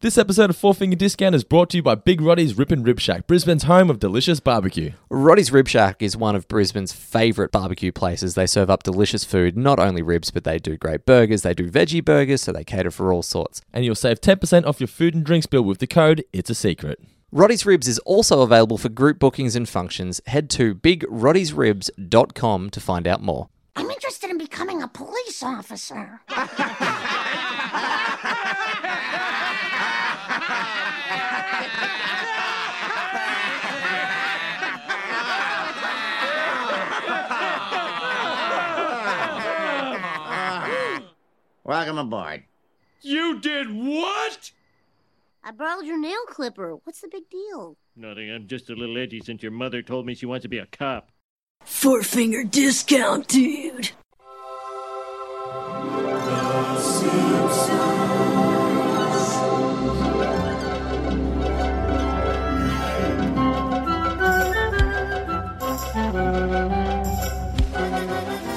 This episode of Four Finger Discount is brought to you by Big Roddy's Rip and Rib Shack, Brisbane's home of delicious barbecue. Roddy's Rib Shack is one of Brisbane's favourite barbecue places. They serve up delicious food, not only ribs, but they do great burgers. They do veggie burgers, so they cater for all sorts. And you'll save 10% off your food and drinks bill with the code It's a Secret. Roddy's Ribs is also available for group bookings and functions. Head to bigroddy'sribs.com to find out more. I'm interested in becoming a police officer. Welcome aboard. You did what? I borrowed your nail clipper. What's the big deal? Nothing. I'm just a little edgy since your mother told me she wants to be a cop. Four finger discount, dude.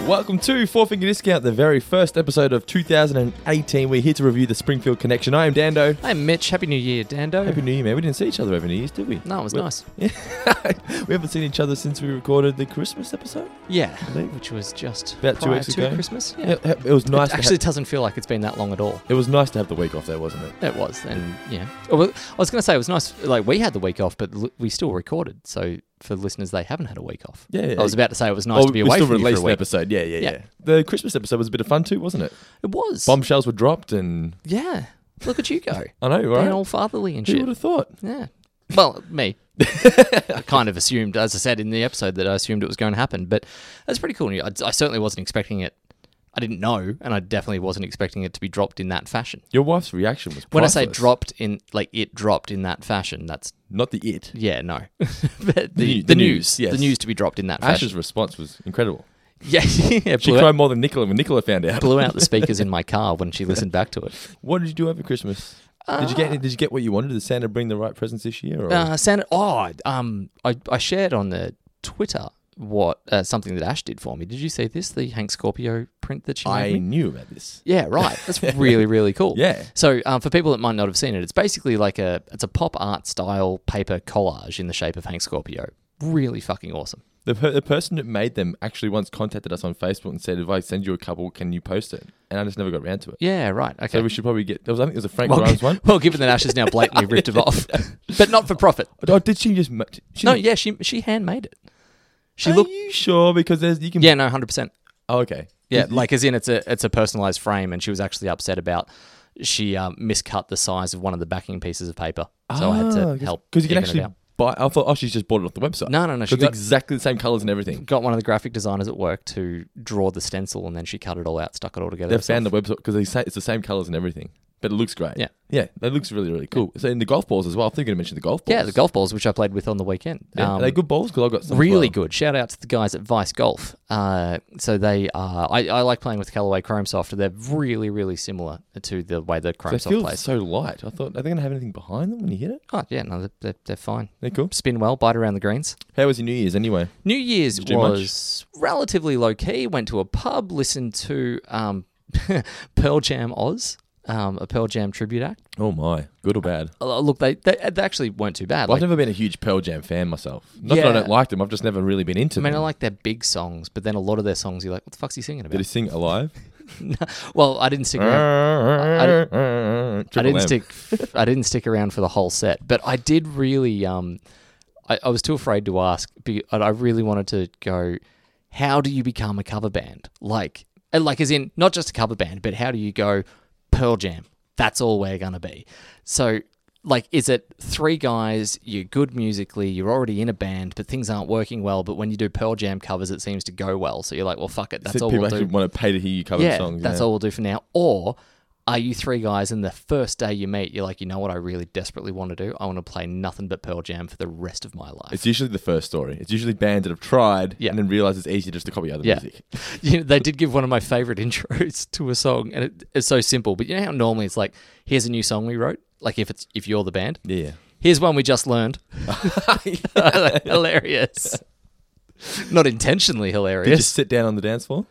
Welcome to Four Finger Discount, the very first episode of 2018. We're here to review the Springfield Connection. I am Dando. Hey, Mitch. Happy New Year, Dando. Happy New Year, man. We didn't see each other over New Year's, did we? no, it was we, nice. We haven't seen each other since we recorded the Christmas episode. Yeah, think- which was just About two prior weeks to ago. Christmas. Yeah. Yeah, it was nice. it actually to doesn't feel like it's been that long at all. have, it was nice to have the week off, though, wasn't it? It was, and yeah. Oh, well, I was going to say it was nice. Like we had the week off, but l- we still recorded. So for listeners, they haven't had a week off. Yeah, yeah. I was about to say it was nice Oh, to be we away still from you released for a week. an episode. Yeah, yeah, yeah, Yeah. The Christmas episode was a bit of fun too, wasn't it? It was. Bombshells were dropped, and Yeah. Look at you go. I know, right? Being all fatherly and Who shit. would have thought? Yeah. Well, me. I kind of assumed, as I said in the episode, that I assumed it was going to happen. But that's pretty cool. I, I certainly wasn't expecting it. I didn't know, and I definitely wasn't expecting it to be dropped in that fashion. Your wife's reaction was When I say priceless. dropped in, like it dropped in that fashion, that's not the it. yeah, no. but new- the, the, the news, news, yes. the news to be dropped in that fashion. Ash's response was incredible. yeah, yeah. She Blew cried out, more than Nicola when Nicola found out. blew out the speakers in my car when she listened back to it. What did you do over Christmas? did you get Did you get what you wanted? Did Santa bring the right presents this year? Or? Uh, Santa. Oh, um, I, I shared on the Twitter what uh, something that Ash did for me. Did you see this? The Hank Scorpio print that she I made me. knew about this. Yeah, right. That's really really cool. Yeah. So um, for people that might not have seen it, it's basically like a it's a pop art style paper collage in the shape of Hank Scorpio. Really fucking awesome. The, per- the person that made them actually once contacted us on Facebook and said, "If I send you a couple, can you post it?" And I just never got around to it. Yeah, right. Okay. So we should probably get. There was, I think it was a Frank well, Grimes one. well, given that Ash has now blatantly ripped it off, but not for profit. Oh, did she just? ma- She No, yeah, she she handmade it. She Are looked. you sure? Because there's you can. Yeah, no, hundred percent. Oh, okay. Yeah, like as in it's a it's a personalized frame, and she was actually upset about she um, miscut the size of one of the backing pieces of paper, so I had to help because Ah, you can even it actually out. buy. I thought, oh, she's just bought it off the website. No, no, no, she It's got- exactly the same colors and everything. got one of the graphic designers at work to draw the stencil, and then she cut it all out, stuck it all together. They found the website because they say it's the same colors and everything, but it looks great. Yeah. yeah, that looks really, really cool. So in the golf balls as well. I think you mentioned the golf balls. yeah, the golf balls which I played with on the weekend. Yeah, Um, are they good balls? Because I got some as Really well. good. Shout out to the guys at Vice Golf. Uh, so they are. I, I like playing with Callaway Chrome Soft. They're really, really similar to the way that Chrome They Soft feel plays. so light. I thought, are they going to have anything behind them when you hit it? oh yeah, no, they're, they're, they're fine. They're cool. Spin well, bite around the greens. How was your New Year's anyway? New Year's you do much? was relatively low key. Went to a pub, listened to um, Pearl Jam Oz, um, a Pearl Jam tribute act. Oh my, good or bad? Uh, Look, they, they, they actually weren't too bad. I've Like, never been a huge Pearl Jam fan myself. Not that I Yeah. don't like them. I've just never really been into I mean, I them. like their big songs, but then a lot of their songs, you're like, what the fuck's he singing Did he about? sing alive? well, I didn't stick around. I I didn't stick. I didn't stick around for the whole set, but I did really. Um, I, I was too afraid to ask, be- and I really wanted to go. How do you become a cover band? Like, and like as in not just a cover band, but how do you go Pearl Jam? That's all we're gonna be. So. Like, is it three guys? You're good musically, you're already in a band, but things aren't working well. But when you do Pearl Jam covers, it seems to go well. So you're like, well, fuck it, that's all people we'll actually do want to pay to hear you cover songs. that's yeah. all we'll do for now. Or are you three guys and the first day you meet, you're like, you know what I really desperately want to do? I want to play nothing but Pearl Jam for the rest of my life. It's usually the first story. It's usually bands that have tried Yeah. and then realize it's easier just to copy other Yeah. music. you know, they did give one of my favorite intros to a song, and it, it's so simple. But you know how normally it's like, here's a new song we wrote. Like if it's if you're the band, Yeah. here's one we just learned. hilarious. Not intentionally Did you hilarious. sit down on the dance floor?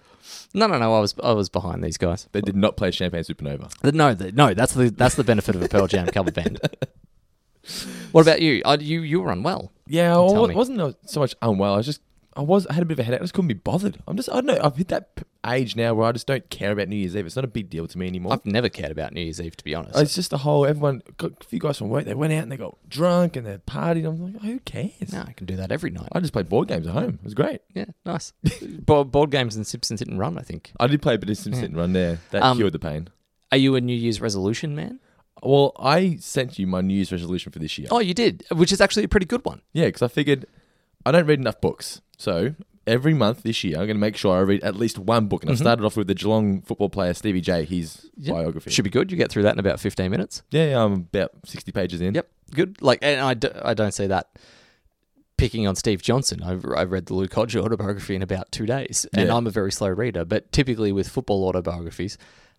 No, no, no. I was I was behind these guys. They did not play Champagne Supernova. But No, the, no. That's the that's the benefit of a Pearl Jam cover band. What about you? Uh, you you were unwell. Yeah, I Tell wa- me. wasn't uh, so much unwell. I was just, I was, I had a bit of a headache. I just couldn't be bothered. I'm just, I don't know. I've hit that p- age now where I just don't care about New Year's Eve. It's not a big deal to me anymore. I've never cared about New Year's Eve to be honest. it's just the whole everyone. Got a few guys from work. They went out and they got drunk and they partied. I'm like, who cares? no, I can do that every night. I just played board games at home. It was great. Yeah, nice. board, board games and Simpsons didn't run. I think. I did play a bit of Simpson Run there. That Um, cured the pain. Are you a New Year's resolution man? Well, I sent you my New Year's resolution for this year. Oh, you did, which is actually a pretty good one. Yeah, because I figured I don't read enough books. So every month this year, I'm going to make sure I read at least one book. And Mm-hmm. I've started off with the Geelong football player Stevie J, his biography. Should be good. You get through that in about 15 minutes. yeah, yeah, I'm about 60 pages in. Yep, good. Like, and I, d- I don't say that picking on Steve Johnson. I, I read the Luke Hodge autobiography in about two days, and Yeah. I'm a very slow reader. But typically with football autobiographies,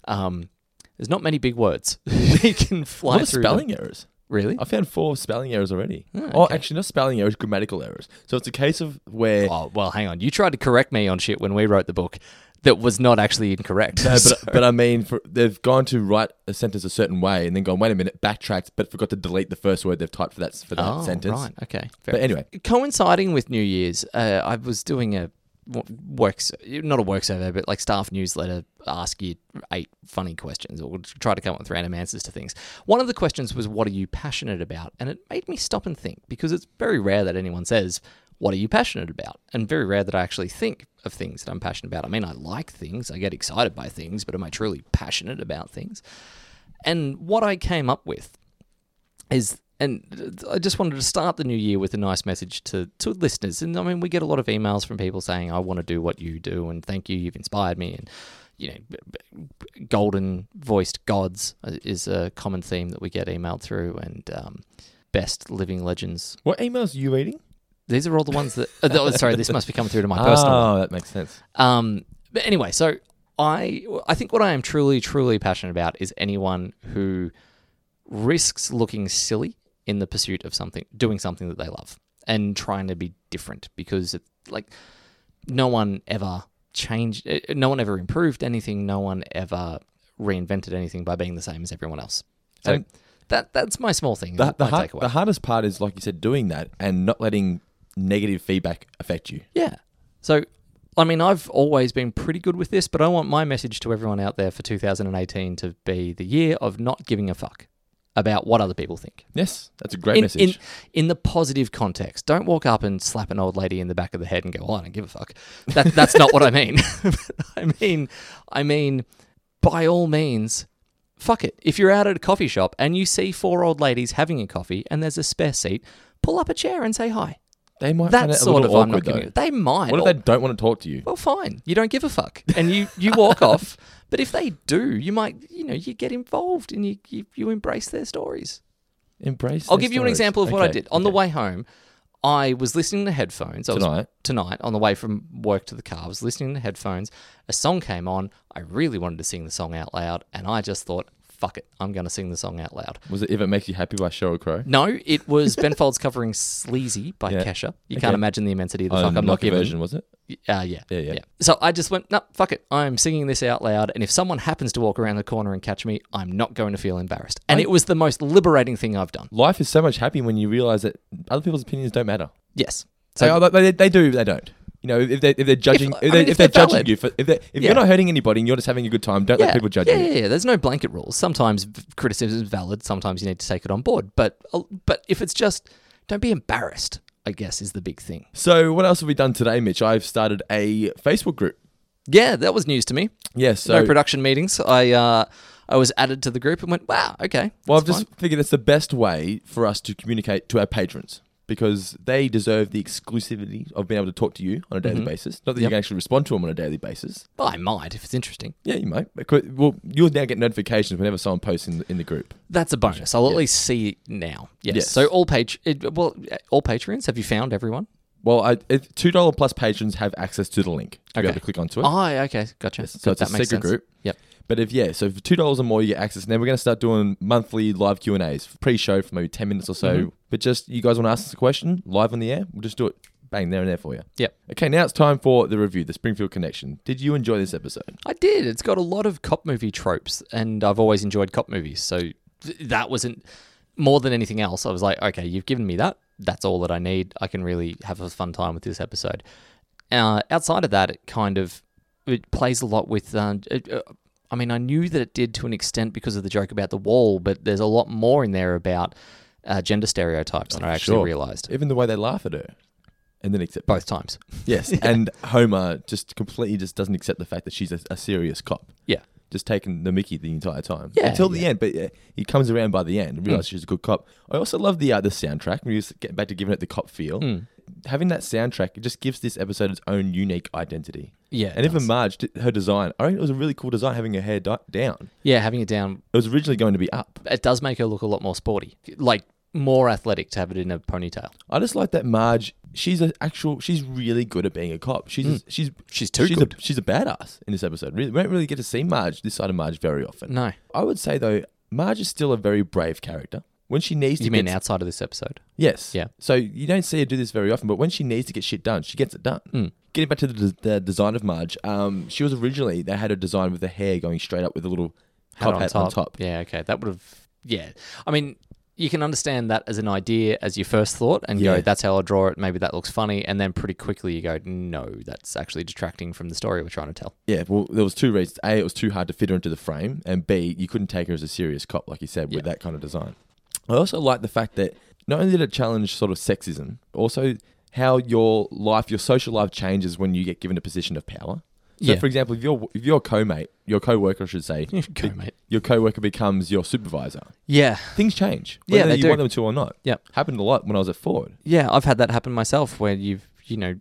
um, there's not many big words. they can A fly lot of through. them. spelling Oh, errors. really? I found four spelling errors already. Oh, Oh, okay. actually, not spelling errors, grammatical errors. So it's a case of where. Oh well, hang on. You tried to correct me on shit when we wrote the book that was not actually incorrect. No, So- but, but I mean, for, they've gone to write a sentence a certain way and then gone, wait a minute, backtracked, but forgot to delete the first word they've typed for that, for that oh, sentence. right. Okay. Fair But anyway, coinciding with New Year's, uh, I was doing a w- works not a work survey, but like staff newsletter. Ask you eight funny questions, or try to come up with random answers to things. One of the questions was, "What are you passionate about?" And it made me stop and think because it's very rare that anyone says, "What are you passionate about?" and very rare that I actually think of things that I'm passionate about. I mean, I like things, I get excited by things, but am I truly passionate about things? And what I came up with is and I just wanted to start the new year with a nice message to, to listeners. And I mean, we get a lot of emails from people saying, I want to do what you do, and thank you, you've inspired me. And, you know, b- b- golden voiced gods is a common theme that we get emailed through, and um, best living legends. what emails are you reading? These are all the ones that, uh, th- sorry, this must be coming through to my personal one. Ah, that makes sense. Um, but anyway, so I I think what I am truly truly passionate about is anyone who risks looking silly in the pursuit of something, doing something that they love, and trying to be different because it, like no one ever changed, eh, no one ever improved anything, no one ever reinvented anything by being the same as everyone else. So And- that that's my small thing. The, the, my har- takeaway. the hardest part is, like you said, doing that and not letting negative feedback affect you. Yeah. So, I mean, I've always been pretty good with this, but I want my message to everyone out there for 2018 to be the year of not giving a fuck about what other people think. Yes, that's a great in, message. In, in the positive context, don't walk up and slap an old lady in the back of the head and go, "Well, I don't give a fuck." That, that's not what I mean. I mean, I mean, by all means, fuck it. If you're out at a coffee shop and you see four old ladies having a coffee and there's a spare seat, pull up a chair and say hi. they might find That it a sort little of I'm not awkward giving. though. a- They might. What if or- they don't want to talk to you? well, fine. You don't give a fuck, and you you walk off. But if they do, you might you know you get involved and you you, you embrace their stories. Embrace. I'll their give you an stories. example of what I Okay, did on the okay. way home. I was listening to headphones I was- Tonight? Tonight, on the way from work to the car, I was listening to headphones. A song came on. I really wanted to sing the song out loud, and I just thought, "Fuck it, I'm going to sing the song out loud." Was it "If It Makes You Happy" by Sheryl Crow? No, it was Ben Folds covering "Sleazy" by Yeah. Kesha. You can't Okay. imagine the immensity of the Oh, fuck I'm not knock giving. version was it? Uh, yeah, Yeah, yeah. So I just went, no, fuck it. I'm singing this out loud. And if someone happens to walk around the corner and catch me, I'm not going to feel embarrassed. And it was the most liberating thing I've done. Life is so much happy when you realize that other people's opinions don't matter. Yes. So So they, they, they do, they don't. You know, if they if they're judging, if, I mean, they, if if, they're, they're judging valid. you for if, they, if Yeah. you're not hurting anybody and you're just having a good time, don't let people judge yeah, you. Yeah, yeah, there's no blanket rules. Sometimes v- criticism is valid. Sometimes you need to take it on board. But uh, but if it's just, don't be embarrassed. I guess is the big thing. So what else have we done today, Mitch? I've started a Facebook group. Yeah, that was news to me. Yes, so no production meetings. I uh, I was added to the group and went, wow, okay. Well, I've that's just figured it's the best way for us to communicate to our patrons because they deserve the exclusivity of being able to talk to you on a daily basis. Not that you Mm-hmm. Yep. can actually respond to them on a daily basis. fine. I might if it's interesting. Yeah, you might. Because- Well, you'll now get notifications whenever someone posts in the, in the group. That's a bonus. I'll at least see it now. Yes. Yes. So all page, it, well, all patrons. Have you found everyone? Well, I, it, two dollar plus patrons have access to the link to be Okay. able to click onto it. Oh, okay, gotcha. Yes, so Good, it's a secret group. Yep. But if yeah, so for two dollars or more, you get access. And then we're going to start doing monthly live Mm-hmm. Q and A's pre-show for maybe ten minutes or so. But just you guys want to ask us a question live on the air, we'll just do it bang there and there for you. Yep. Okay, now it's time for the review, the Springfield Connection. Did you enjoy this episode? I did. It's got a lot of cop movie tropes, and I've always enjoyed cop movies. So th- that wasn't more than anything else. I was like, okay, you've given me that. That's all that I need. I can really have a fun time with this episode. Uh, outside of that, it kind of it plays a lot with. Uh, it, uh, I mean, I knew that it did to an extent because of the joke about the wall, but there's a lot more in there about uh, gender stereotypes than I actually Sure. realized. Even the way they laugh at her, and then accept Both times. Yes, and Homer just completely just doesn't accept the fact that she's a, a serious cop. Yeah. Just taking the Mickey the entire time Yeah, Hmm. until the end, but yeah, he comes around by the end and realizes she's a good cop. I also love the uh, the soundtrack. We just get back to giving it the cop feel. Hmm. Having that soundtrack it just gives this episode its own unique identity. Yeah, it and even does. Marge, d- her design, I think it was a really cool design having her hair di- down. Yeah, having it down It was originally going to be up. it does make her look a lot more sporty, like more athletic to have it in a ponytail. I just like that Marge. She's an actual. She's really good at being a cop. She's she's Mm. She's too she's good. A, she's a badass in this episode. Really, we don't really get to see Marge this side of Marge very often. No. I would say though, Marge is still a very brave character. When she needs to You mean get outside of this episode? yes, Yeah. So you don't see her do this very often, but when she needs to get shit done, she gets it done. Mm. Getting back to the, the design of Marge, um, she was originally they had a design with the hair going straight up with a little Hat top hat on top. Yeah, okay. That would have. Yeah. I mean, you can understand that as an idea, as your first thought, and Yeah. go, that's how I'll draw it. Maybe that looks funny. And then pretty quickly you go, no, that's actually detracting from the story we're trying to tell. Yeah, well, there was two reasons. A, it was too hard to fit her into the frame, and B, you couldn't take her as a serious cop, like you said, with that kind of design. I also like the fact that not only did it challenge sort of sexism, also how your life, your social life, changes when you get given a position of power. So, Yeah. for example, if your if your co-mate, your co-worker, I should say, Co-mate. your co-worker becomes your supervisor, Yeah. things change. Yeah, Whether they you do. want them to or not. Yep. happened a lot when I was at Ford. Yeah. I've had that happen myself where you've, you know,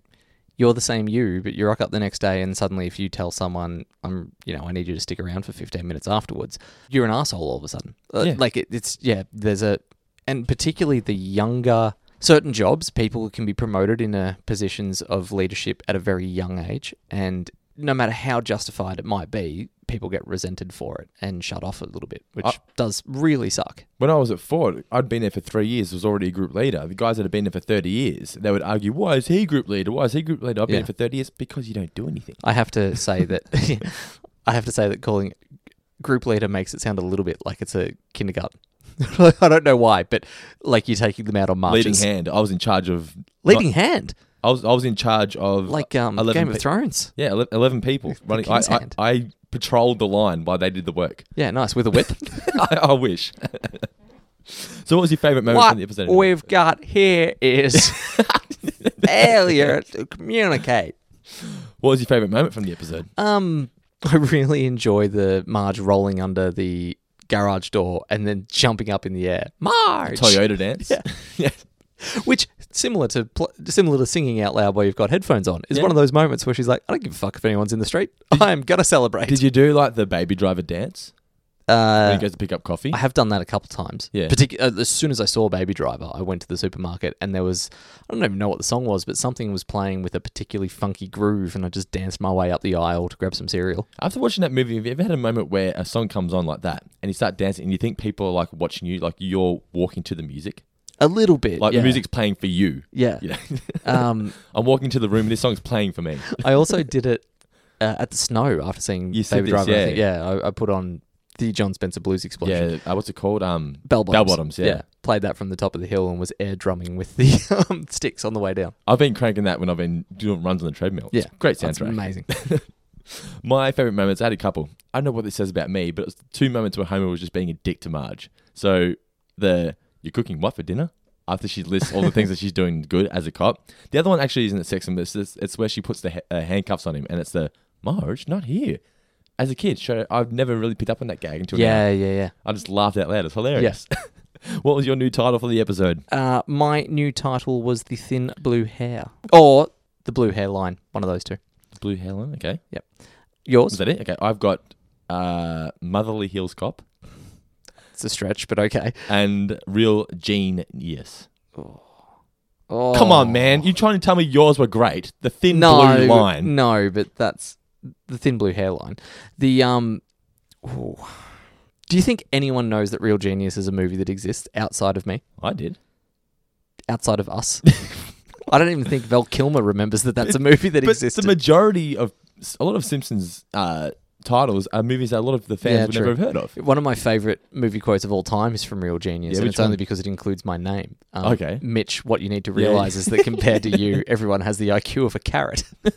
you're the same you, but you rock up the next day, and suddenly, if you tell someone, "I'm, you know, I need you to stick around for 15 minutes afterwards," you're an asshole all of a sudden. Uh, Yeah. Like it, it's yeah. There's a, and particularly the younger certain jobs, people can be promoted in a positions of leadership at a very young age, and no matter how justified it might be, people get resented for it and shut off a little bit, which does really suck. When I was at Ford, I'd been there for three years, was already a group leader. The guys that had been there for 30 years, they would argue, why is he group leader? Why is he group leader? I've been Yeah. there for 30 years because you don't do anything. I have to say that I have to say that calling it group leader makes it sound a little bit like it's a kindergarten. I don't know why, but like you're taking them out on marches. Leading hand. I was in charge of. Leading hand, I was, I was in charge of. like um, 11 Game of pe- Thrones. Yeah, ele- 11 people running. I, king's I, hand. I patrolled the line while they did the work. Yeah, nice with a whip. I, I wish. so, what was your favorite moment what from Oh, the episode? we've got here is failure to communicate. What was your favorite moment from the episode? Um, I really enjoy the Marge rolling under the garage door and then jumping up in the air. Marge, Toyota dance. Yeah. yeah. Which similar to pl- similar to singing out loud while you've got headphones on is one of those moments where she's like, "I don't give a fuck if anyone's in the street. I'm gonna celebrate." Did you do like the baby driver dance when uh, he goes to pick up coffee? I have done that a couple times. Yeah. Partic- uh, as soon as I saw Baby Driver, I went to the supermarket and there was I don't even know what the song was, but something was playing with a particularly funky groove, and I just danced my way up the aisle to grab some cereal. After watching that movie, have you ever had a moment where a song comes on like that and you start dancing and you think people are like watching you, like you're walking to the music? A little bit, Like yeah. the music's playing for you. Yeah. You know? Um, I'm walking to the room and this song's playing for me. I also did it uh, at the snow after seeing You said Baby this, Driver. I yeah. think. yeah I, I put on the John Spencer Blues Explosion. yeah. Uh, what's it called? Um, bell bottoms. Bell bottoms, yeah. Played that from the top of the hill and was air drumming with the um, sticks on the way down. I've been cranking that when I've been doing runs on the treadmill. It's a great That's soundtrack. amazing. My favorite moments, I had a couple. I don't know what this says about me, but it was two moments where Homer was just being a dick to Marge. So the you're cooking what for dinner? After she lists all the things that she's doing good as a cop. The other one actually isn't sexism. It's just, it's where she puts the ha- uh, handcuffs on him, and it's the Marge not here. As a kid, sure, I've never really picked up on that gag until now. yeah, yeah, yeah. I just laughed out loud. It's hilarious. what was your new title for the episode? Uh, my new title was The Thin Blue Hair Oh. or The Blue Hair Line, one of those two. Blue Helen. Okay, is Yours? that it? Okay, I've got uh, Motherly Hills Cop It's a stretch, but okay. and Real Gene. Yes. Oh, Come on, man. You're trying to tell me yours were great. The thin No, Mm. blue line. no, but that's The Thin Blue Hair Line. The um, ooh. do you think anyone knows that Real Genius is a movie that exists outside of me, I did. outside of us? I don't even think Val Kilmer remembers that that's a movie that but existed. the majority of a lot of Simpsons uh, titles are movies that a lot of the fans Yeah, would true. never have heard of. One of my favorite movie quotes of all time is from Real Genius, Yeah, and which it's only one? because it includes my name. Um, Okay. Mitch, what you need to Yeah. realize is that compared to you, everyone has the IQ of a carrot.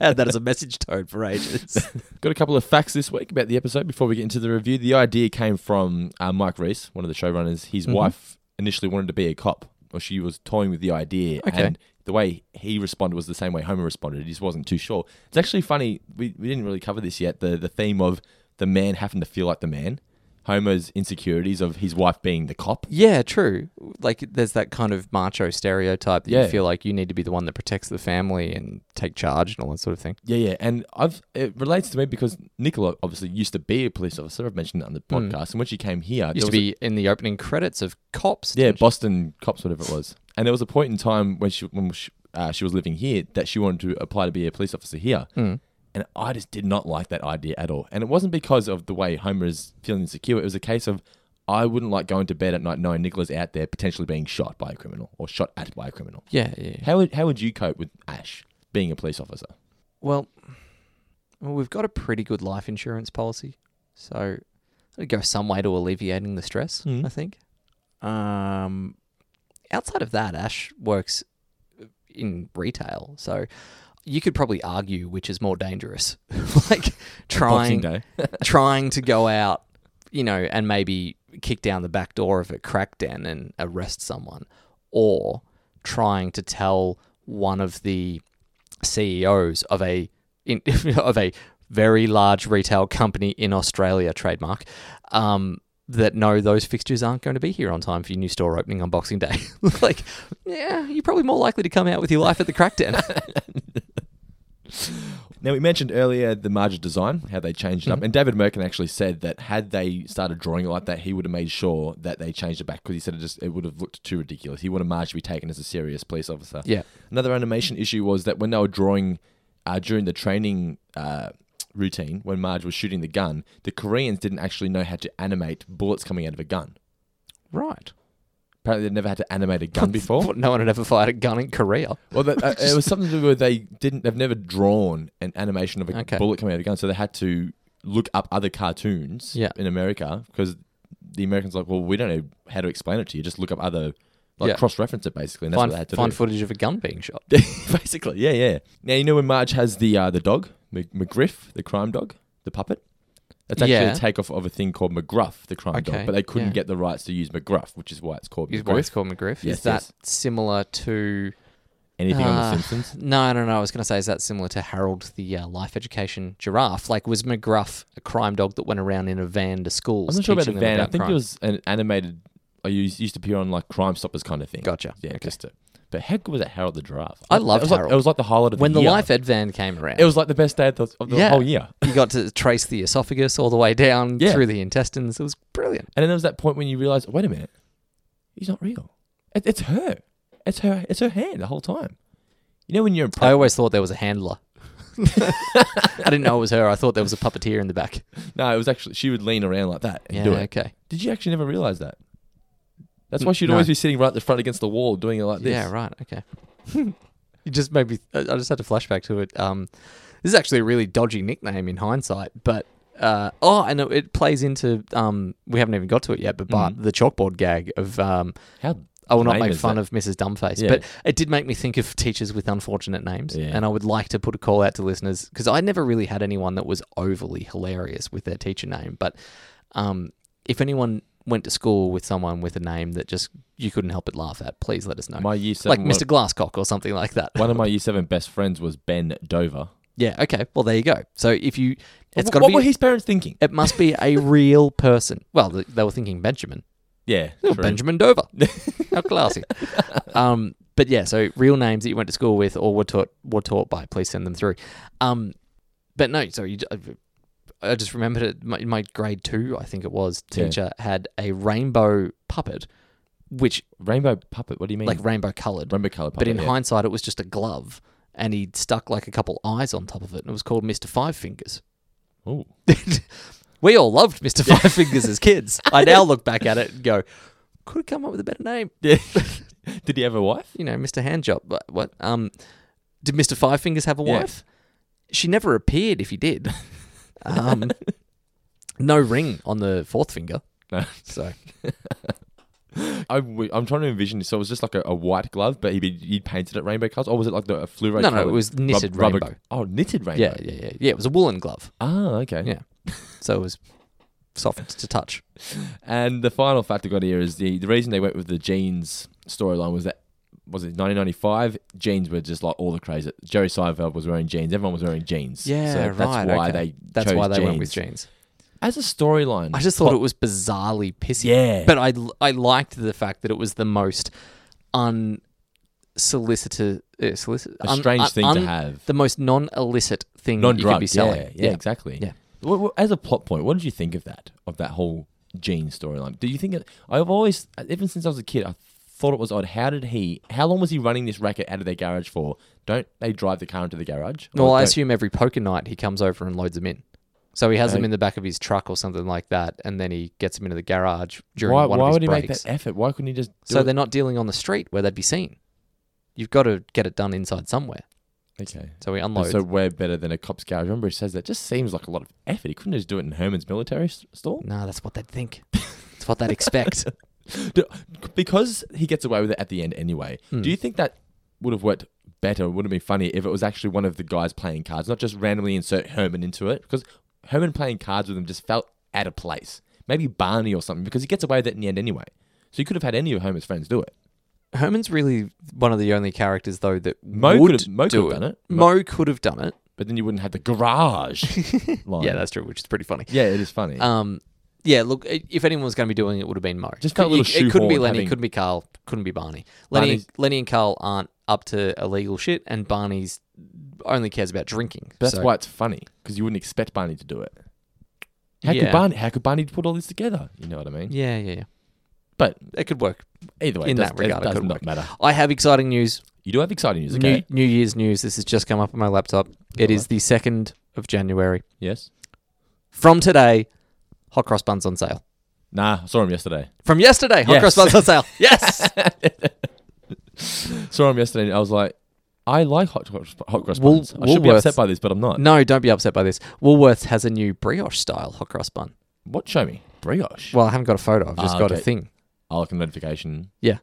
I had that as a message tone for ages. Got a couple of facts this week about the episode before we get into the review. The idea came from uh, Mike Reese, one of the showrunners. His wife initially wanted to be a cop, or she was toying with the idea. Okay. And the way he responded was the same way Homer responded. He just wasn't too sure. It's actually funny. We, we didn't really cover this yet. The the theme of the man having to feel like the man. Homer's insecurities of his wife being the cop. yeah, true. Like there's that kind of macho stereotype that Yeah. you feel like you need to be the one that protects the family and take charge and all that sort of thing. Yeah, yeah, and I've it relates to me because Nicola obviously used to be a police officer. I've mentioned that on the podcast, and when she came here, there Used to was a- be in the opening credits of Cops. yeah, didn't it? Boston cops, whatever it was. And there was a point in time when she when she, uh, she was living here that she wanted to apply to be a police officer here, and I just did not like that idea at all. And it wasn't because of the way Homer is feeling insecure. It was a case of I wouldn't like going to bed at night knowing Nicola's out there potentially being shot by a criminal or shot at by a criminal. yeah, yeah. yeah. How would how would you cope with Ash being a police officer? Well, well, we've got a pretty good life insurance policy, so it'd go some way to alleviating the stress. I think. Um, outside of that, Ash works in retail, so you could probably argue which is more dangerous, like Boxing trying Day. trying to go out, you know, and maybe kick down the back door of a crack den and arrest someone, or trying to tell one of the CEOs of a in, of a very large retail company in Australia, trademark, um, that no, those fixtures aren't going to be here on time for your new store opening on Boxing Day. like, yeah, you're probably more likely to come out with your life at the crack den. Now we mentioned earlier the Marge design, how they changed it up, and David Merkin actually said that had they started drawing it like that, he would have made sure that they changed it back because he said it just it would have looked too ridiculous. He wanted Marge to be taken as a serious police officer. Yeah. Another animation issue was that when they were drawing uh, during the training uh, routine, when Marge was shooting the gun, the Koreans didn't actually know how to animate bullets coming out of a gun. right. Apparently, they'd never had to animate a gun before. Thought no one had ever fired a gun in Korea. Well, that, uh, it was something to do with they didn't. They've never drawn an animation of a Okay. bullet coming out of a gun, so they had to look up other cartoons Yeah. in America because the Americans like, well, we don't know how to explain it to you. Just look up other, like Yeah. cross reference it basically, and that's what they Find, had to find do. footage of a gun being shot. basically, yeah, yeah. Now you know when Marge has the uh, the dog Mc- McGriff, the crime dog, the puppet. That's actually Yeah. a takeoff of a thing called McGruff, the crime Okay, dog, but they couldn't yeah. get the rights to use McGruff, which is why it's called Is McGriff. what it's called McGriff. Yes, is that yes. similar to? Anything on Uh, The Simpsons? No, no, no. I was going to say, is that similar to Harold the uh, life education giraffe? Like, was McGruff a crime dog that went around in a van to schools? I'm not sure about the teaching them van. I think crime? it was an animated. I used, used to appear on like Crime Stoppers kind of thing. Gotcha. Yeah, Okay. just. To, but how good was that Harold the Giraffe? I That loved was like- Harold. it was like the highlight of when the the year. life ed van came around. It was like the best day of the, of the Yeah. whole year. you got to trace the esophagus all the way down Yeah. through the intestines. It was brilliant. And then there was that point when you realize, wait a minute, he's not real. It, it's her. It's her. It's her hand the whole time. You know when you're in I prep, always thought there was a handler. I didn't know it was her. I thought there was a puppeteer in the back. no, it was actually she would lean around like that and Yeah, do it. okay. Did you actually never realize that? That's N- why she'd no. always be sitting right at the front against the wall doing it like this. Yeah, right. Okay. you just made me. I I just had to flashback to it. Um, this is actually a really dodgy nickname in hindsight, but uh, oh, and it, it plays into um, we haven't even got to it yet, but Bart, the chalkboard gag of um, How I will not lame make is fun that? of Mrs. Dumbface, Yeah. but it did make me think of teachers with unfortunate names, Yeah. and I would like to put a call out to listeners because I never really had anyone that was overly hilarious with their teacher name, but um, if anyone went to school with someone with a name that just you couldn't help but laugh at, please let us know my year seven like was- Mr. Glasscock or something like that. One of my year seven best friends was Ben Dover. yeah. Okay. Well, there you go. So if you, it's Wh- got to what be. were his parents thinking? It must be a real person. Well, th- they were thinking Benjamin. Yeah, Oh, true. Benjamin Dover. How classy. um, but yeah, so real names that you went to school with or were taught were taught by. Please send them through. Um, but no, so you. j- I just remembered it. My, my grade two, I think it was, Yeah. teacher had a rainbow puppet, which Rainbow puppet. What do you mean? like rainbow coloured. rainbow color puppet. But in yeah. hindsight, it was just a glove, and he stuck like a couple eyes on top of it, and it was called Mister Five Fingers. Ooh. we all loved Mister Five Fingers as kids. I now look back at it and go, could have come up with a better name. Yeah. Did he have a wife? you know, Mr. Handjob. What? what um, did Mr. Five Fingers have a Yeah. wife? She never appeared. If he did, um, no ring on the fourth finger. No. So I, w- I'm trying to envision. So it was just like a, a white glove, but he he painted it rainbow colours, or was it like the a fluoro? No, no, it coloured was knitted rainbow. Oh, knitted rainbow. yeah, yeah, yeah, yeah. It was a woolen glove, Ah, okay. Yeah. so it was soft to touch. And the final fact I got here is the, the reason they went with the jeans storyline was that was it 1995 jeans were just like all the craze. Jerry Seinfeld was wearing jeans. Everyone was wearing jeans. Yeah, so right. that's why okay. they that's chose why they jeans. went with jeans. as a storyline. I just thought it was bizarrely pissy. Yeah. But I, I liked the fact that it was the most unsolicited. Uh, solicit, A strange thing to have. The most non illicit thing that you could non-drug. be selling. Yeah, yeah, exactly. Yeah. Wha- wha- as a plot point, what did you think of that? Of that whole Gene storyline? Do you think it, I've always, even since I was a kid, I thought it was odd. How did he? How long was he running this racket out of their garage for? Don't they drive the car into the garage? Or Well, I don't- assume every poker night he comes over and loads them in. So he has them in the back of his truck or something like that, and then he gets them into the garage during Why, one why of his would he breaks. make that effort? Why couldn't he just? Do so it? they're not dealing on the street where they'd be seen. You've got to get it done inside somewhere. okay. So he And unloads. So we're better than a cop's garage. Remember, he says that. Just seems like a lot of effort. He couldn't just do it in Herman's military s- store. no, that's what they'd think. It's what they'd expect. Do- because he gets away with it at the end anyway. Hmm. Do you think that would have worked better? Would have been funny if it was actually one of the guys playing cards, not just randomly insert Herman into it? Because Herman playing cards with him just felt out of place. Maybe Barney or something, because he gets away with it in the end anyway. So you could have had any of Homer's friends do it. Herman's really one of the only characters though that Mo would could've- Mo do could've done it. Mo, could have done it. But then you wouldn't have the garage line. Yeah, that's true, which is pretty funny. yeah, it is funny. Um, yeah. Look, i- if anyone was going to be doing it, it would have been Mo. Just felt a You- little It couldn't be shoehorned Lenny. having- Couldn't be Carl. Couldn't be Barney. Lenny, Barney's- Lenny and Carl aren't up to illegal shit, and Barney's only cares about drinking. But that's So- why it's funny because you wouldn't expect Barney to do it. How Yeah. could Barney? How could Barney put all this together? You know what I mean? Yeah, yeah, yeah. But It could work. either way, In it does, that regard, it it does could not work. matter. I have exciting news. You do have exciting news, okay? New, New Year's news. This has just come up on my laptop. It is the second of January. Yes. From today, hot cross buns on sale. Nah, I saw him yesterday. From yesterday, hot Yes. cross buns on sale. Yes. Saw him yesterday, and I was like, I like hot cross, hot cross Wool- buns. I should be Woolworths- upset by this, but I'm not. No, don't be upset by this. Woolworths has a new brioche style hot cross bun. What? Show me brioche. Well, I haven't got a photo. I've just Ah, got a okay. thing. I'll look at the notification. Yeah.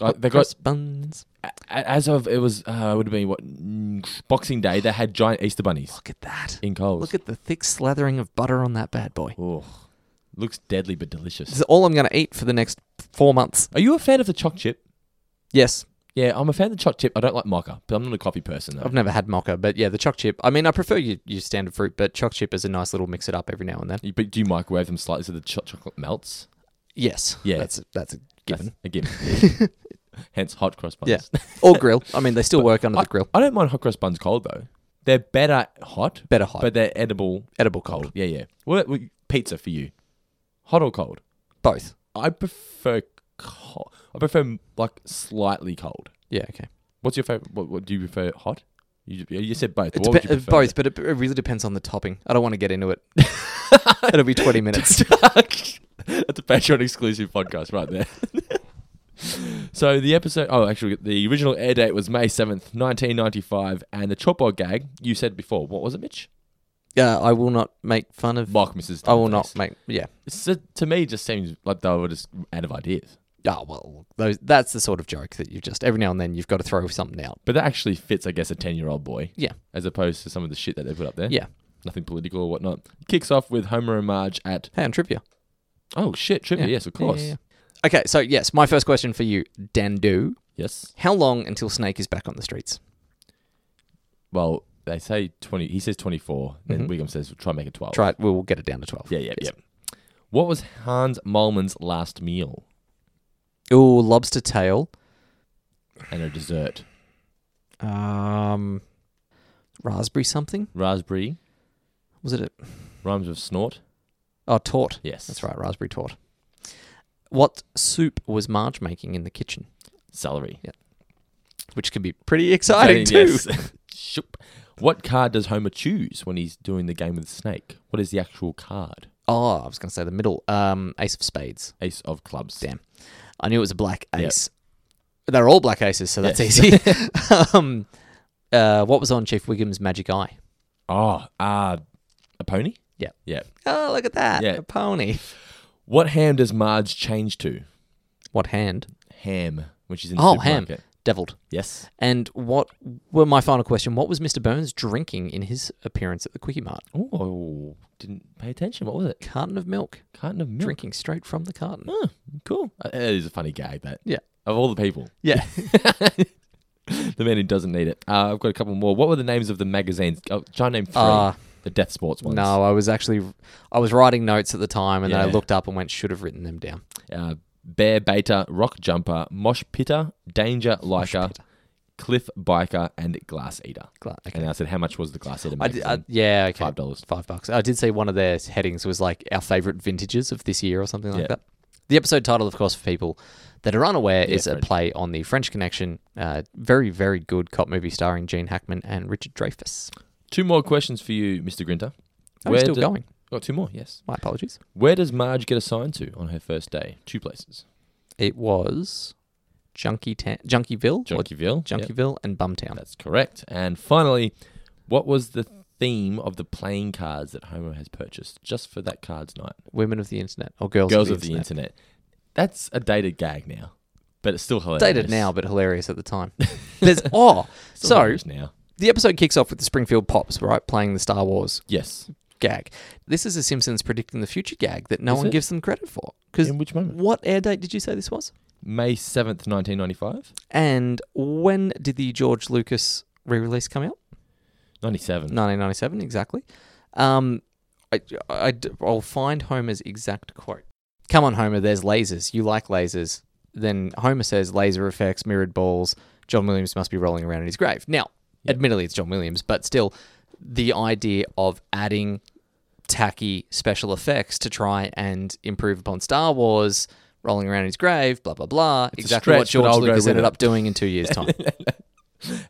Uh, They got Cross buns. a- as of it was uh, would have been what mm, Boxing Day. They had giant Easter bunnies Look at that. in Coles. Look at the thick slathering of butter on that bad boy. oh, looks deadly but delicious. This is all I'm going to eat for the next four months. Are you a fan of the choc chip? Yes, Yeah, I'm a fan of the choc chip. I don't like mocha, but I'm not a coffee person though. I've never had mocha, but yeah, the choc chip. I mean, I prefer your, your standard fruit, but choc chip is a nice little mix it up every now and then. You- but do you microwave them slightly so the cho- chocolate melts? Yes. Yeah. That's, that's a given. That's a given. Hence, hot cross buns. yeah. or grill. I mean, they still work under I, the grill. I don't mind hot cross buns cold though. They're better hot. Better hot. But they're edible. Edible Cold. cold. Yeah, yeah. What, what pizza for you? Hot or cold? Both. I prefer cold. I prefer like slightly cold. Yeah, okay. What's your favorite? What, what do you prefer? Hot? You, you said both. It What would you depe- uh, prefer? both, but it, it really depends on the topping. I don't want to get into it. It'll be 20 minutes. That's a Patreon exclusive podcast right there. so the episode, oh, actually, the original air date was May 7th, 1995, and the Chopper gag, you said before, what was it, Mitch? Yeah, I will not make fun of. Mark Mrs. I will Doubleface. not make. Yeah. It's ju- to me, it just seems like they were just out of ideas. Ah, well, those, that's the sort of joke that you just every now and then you've got to throw something out. But that actually fits, I guess, a 10 year old boy. Yeah. As opposed to some of the shit that they put up there. Yeah. Nothing political or whatnot. Kicks off with Homer and Marge at, Hey, on trivia. oh shit, trivia. Yes, of Yeah, course. yeah, yeah. Okay, so yes, my first question for you, Dandu. Yes. How long until Snake is back on the streets? Well, they say 20, he says 24, then Mm-hmm. Wiggum says, try and make it 12. Try it. We'll get it down to 12. Oh. Yeah, yeah, yeah. What was Hans Molman's last meal Ooh, lobster tail. and a dessert? Um, raspberry something? Raspberry Was it a. rhymes with snort. Oh, tort. Yes. That's right, raspberry tort. What soup was Marge making in the kitchen? Celery. Which can be pretty exciting, Saying too. yes. Shoop. What card does Homer choose when he's doing the game with Snake? What is the actual card? Oh, I was going to say the middle. Um, ace of spades. Ace of clubs. Damn. I knew it was a black Yep. ace. They're all black aces, so that's Yes. easy. um, uh, what was on Chief Wiggum's Magic Eye? Oh, uh, a pony? Yeah. Yeah. Oh, look at that. Yeah. A pony. What ham does Marge change to? What hand? Ham, which is in the Oh, ham. supermarket. Deviled. Yes. And what, well, my final question what was Mr. Burns drinking in his appearance at the Quickie Mart? Oh, didn't pay attention. What was it? Carton of milk. Carton of milk. Drinking straight from the carton. Oh, cool. Uh, It is a funny gag, that. Yeah. Of all the people, Yeah. the man who doesn't need it. Uh, I've got a couple more. What were the names of the magazines? Oh, try and name three. Uh, the Death Sports ones. no, I was actually, I was writing notes at the time and then I Yeah. looked up and went, should have written them down. uh, Bear Beta, Rock Jumper, Mosh Pitter, Danger Liker, Cliff Biker, and Glass Eater. Gla- okay. And I said, how much was the Glass Eater? I did, Magazine? I, yeah, okay. Five dollars. Five bucks. I did see one of their headings was like our favorite vintages of this year or something like Yeah. that. The episode title, of course, for people that are unaware, is a French. play on the French Connection. Uh, very, very good cop movie starring Gene Hackman and Richard Dreyfuss. Two more questions for you, Mr. Grinter. I'm still do- going. Oh, two more, yes. My apologies. Where does Marge get assigned to on her first day? Two places. It was Junkie Tan- Junkieville, or Junkieville. Yep, Junkieville, and Bumtown. that's correct. And finally, what was the theme of the playing cards that Homer has purchased just for that cards night? Women of the Internet or Girls, Girls of of the Internet. Internet. That's a dated gag now, but it's still hilarious. Dated now, but hilarious at the time. There's oh, Still so hilarious now. the episode kicks off with the Springfield Pops, right, playing the Star Wars Yes. gag. This is a Simpsons predicting the future gag that no Is one it? gives them credit for. Because In which moment? what air date did you say this was? May 7th, 1995? And when did the George Lucas re-release come out? 97. 1997, exactly. Um, I, I, will find Homer's exact quote. Come on, Homer. There's lasers. You like lasers. Then Homer says, "Laser effects, mirrored balls." John Williams must be rolling around in his grave. Now, admittedly, it's John Williams, but still, the idea of adding tacky special effects to try and improve upon Star Wars, rolling around in his grave, blah blah blah. a exactly stretch, but what George I'll go Lucas with ended it. up doing in two years' time.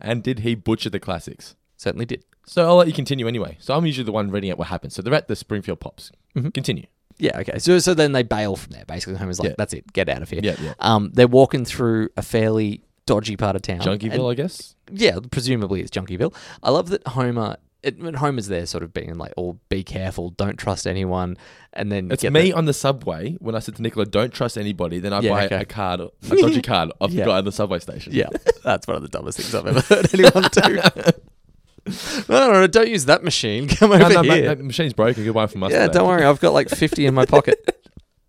And did he butcher the classics? Certainly did. So I'll let you continue anyway. So I'm usually the one reading out what happens. So they're at the Springfield Pops. Mm-hmm. Continue. Yeah, okay. So so then they bail from there. Basically, Homer's like, Yeah. "That's it, get out of here." Yeah, yeah. Um, they're walking through a fairly dodgy part of town. Junkieville, I guess. And- yeah, presumably it's Junkieville. I love that Homer. It, when Homer's there, sort of being like, "Oh, be careful, don't trust anyone," and then you It's get me the- on the subway when I said to Nicola, "Don't trust anybody." Then I Yeah, buy okay. a card, a dodgy card off Yeah. the guy on the subway station. yeah, that's one of the dumbest things I've ever heard anyone do. no, no, no, don't use that machine. Come No, over no, ma- here. that machine's broken. Goodbye from us. Yeah, today. don't worry. I've got like 50 in my pocket.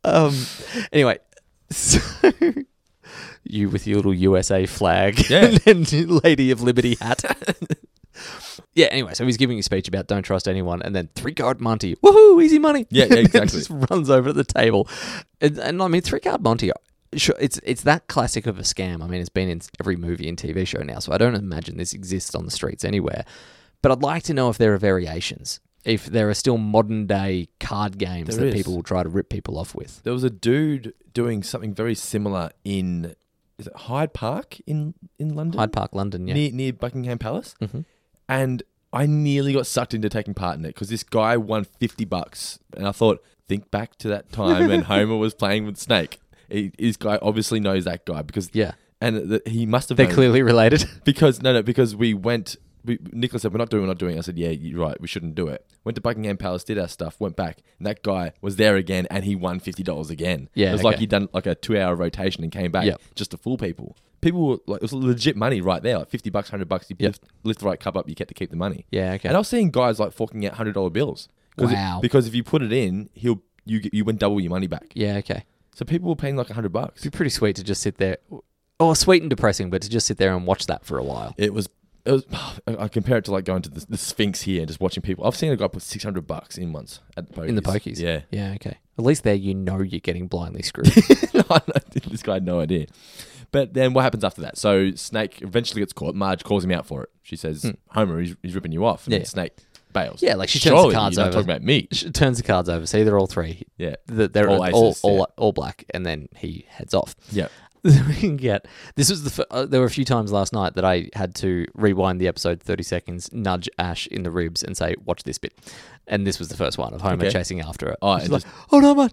Um, anyway, so you with your little USA flag Yeah. and your Lady of Liberty hat. yeah, anyway, so he's giving a speech about don't trust anyone and then three card Monty. Woohoo, easy money. Yeah, yeah, And then exactly. just runs over to the table. And, and I mean, three card Monty. Sure, it's it's that classic of a scam. I mean, it's been in every movie and TV show now, so I don't imagine this exists on the streets anywhere. But I'd like to know if there are variations, if there are still modern day card games There that is. people will try to rip people off with. There was a dude doing something very similar in is it Hyde Park in in London? Hyde Park, London, yeah. Mm-hmm. near near Buckingham Palace, and I nearly got sucked into taking part in it because this guy won fifty bucks, and I thought, think back to that time when Homer was playing with Snake. He, this guy obviously knows that guy because Yeah. and th- he must have They're known- clearly related. because no no because we went. We, Nicholas said, "We're not doing, we're not doing." I said, "Yeah, you're right. We shouldn't do it." Went to Buckingham Palace, did our stuff, went back, and that guy was there again, and he won fifty dollars again. Yeah, it was like okay. he'd done like a two-hour rotation and came back Yep. just to fool people. People were like, it was legit money right there, like fifty bucks, hundred bucks. You Yep. lift, lift the right cup up, you get to keep the money. Yeah, okay. And I was seeing guys like forking out hundred-dollar bills. 'Cause it- Wow. because if you put it in, he'll you get- you win double your money back. yeah, okay. So people were paying like hundred bucks. It'd be pretty sweet to just sit there. Oh, sweet and depressing, but to just sit there and watch that for a while. It was. It was I I compare it to like going to the, the Sphinx here and just watching people. I've seen a guy put six hundred bucks in once at the pokies. In the pokies. Yeah. Yeah, okay. At least there you know you're getting blindly screwed. No, I know- this guy had no idea. But then what happens after that? So Snake eventually gets caught. Marge calls him out for it. She says, "Homer, he's, he's ripping you off." And Hmm. Yeah. then Snake bails. Yeah, like she turns the Surely cards you're not over. talking about me. She turns the cards over. See, they're all three. Yeah. Th- They're all All all, aces, all, yeah. all black, and then he heads off. Yeah. we can get. This was the. F- uh, there were a few times last night that I had to rewind the episode thirty seconds, nudge Ash in the ribs, and say, "Watch this bit," and this was the first one of Homer Okay. chasing after it. Oh, She's and like, just- "Oh no, man!"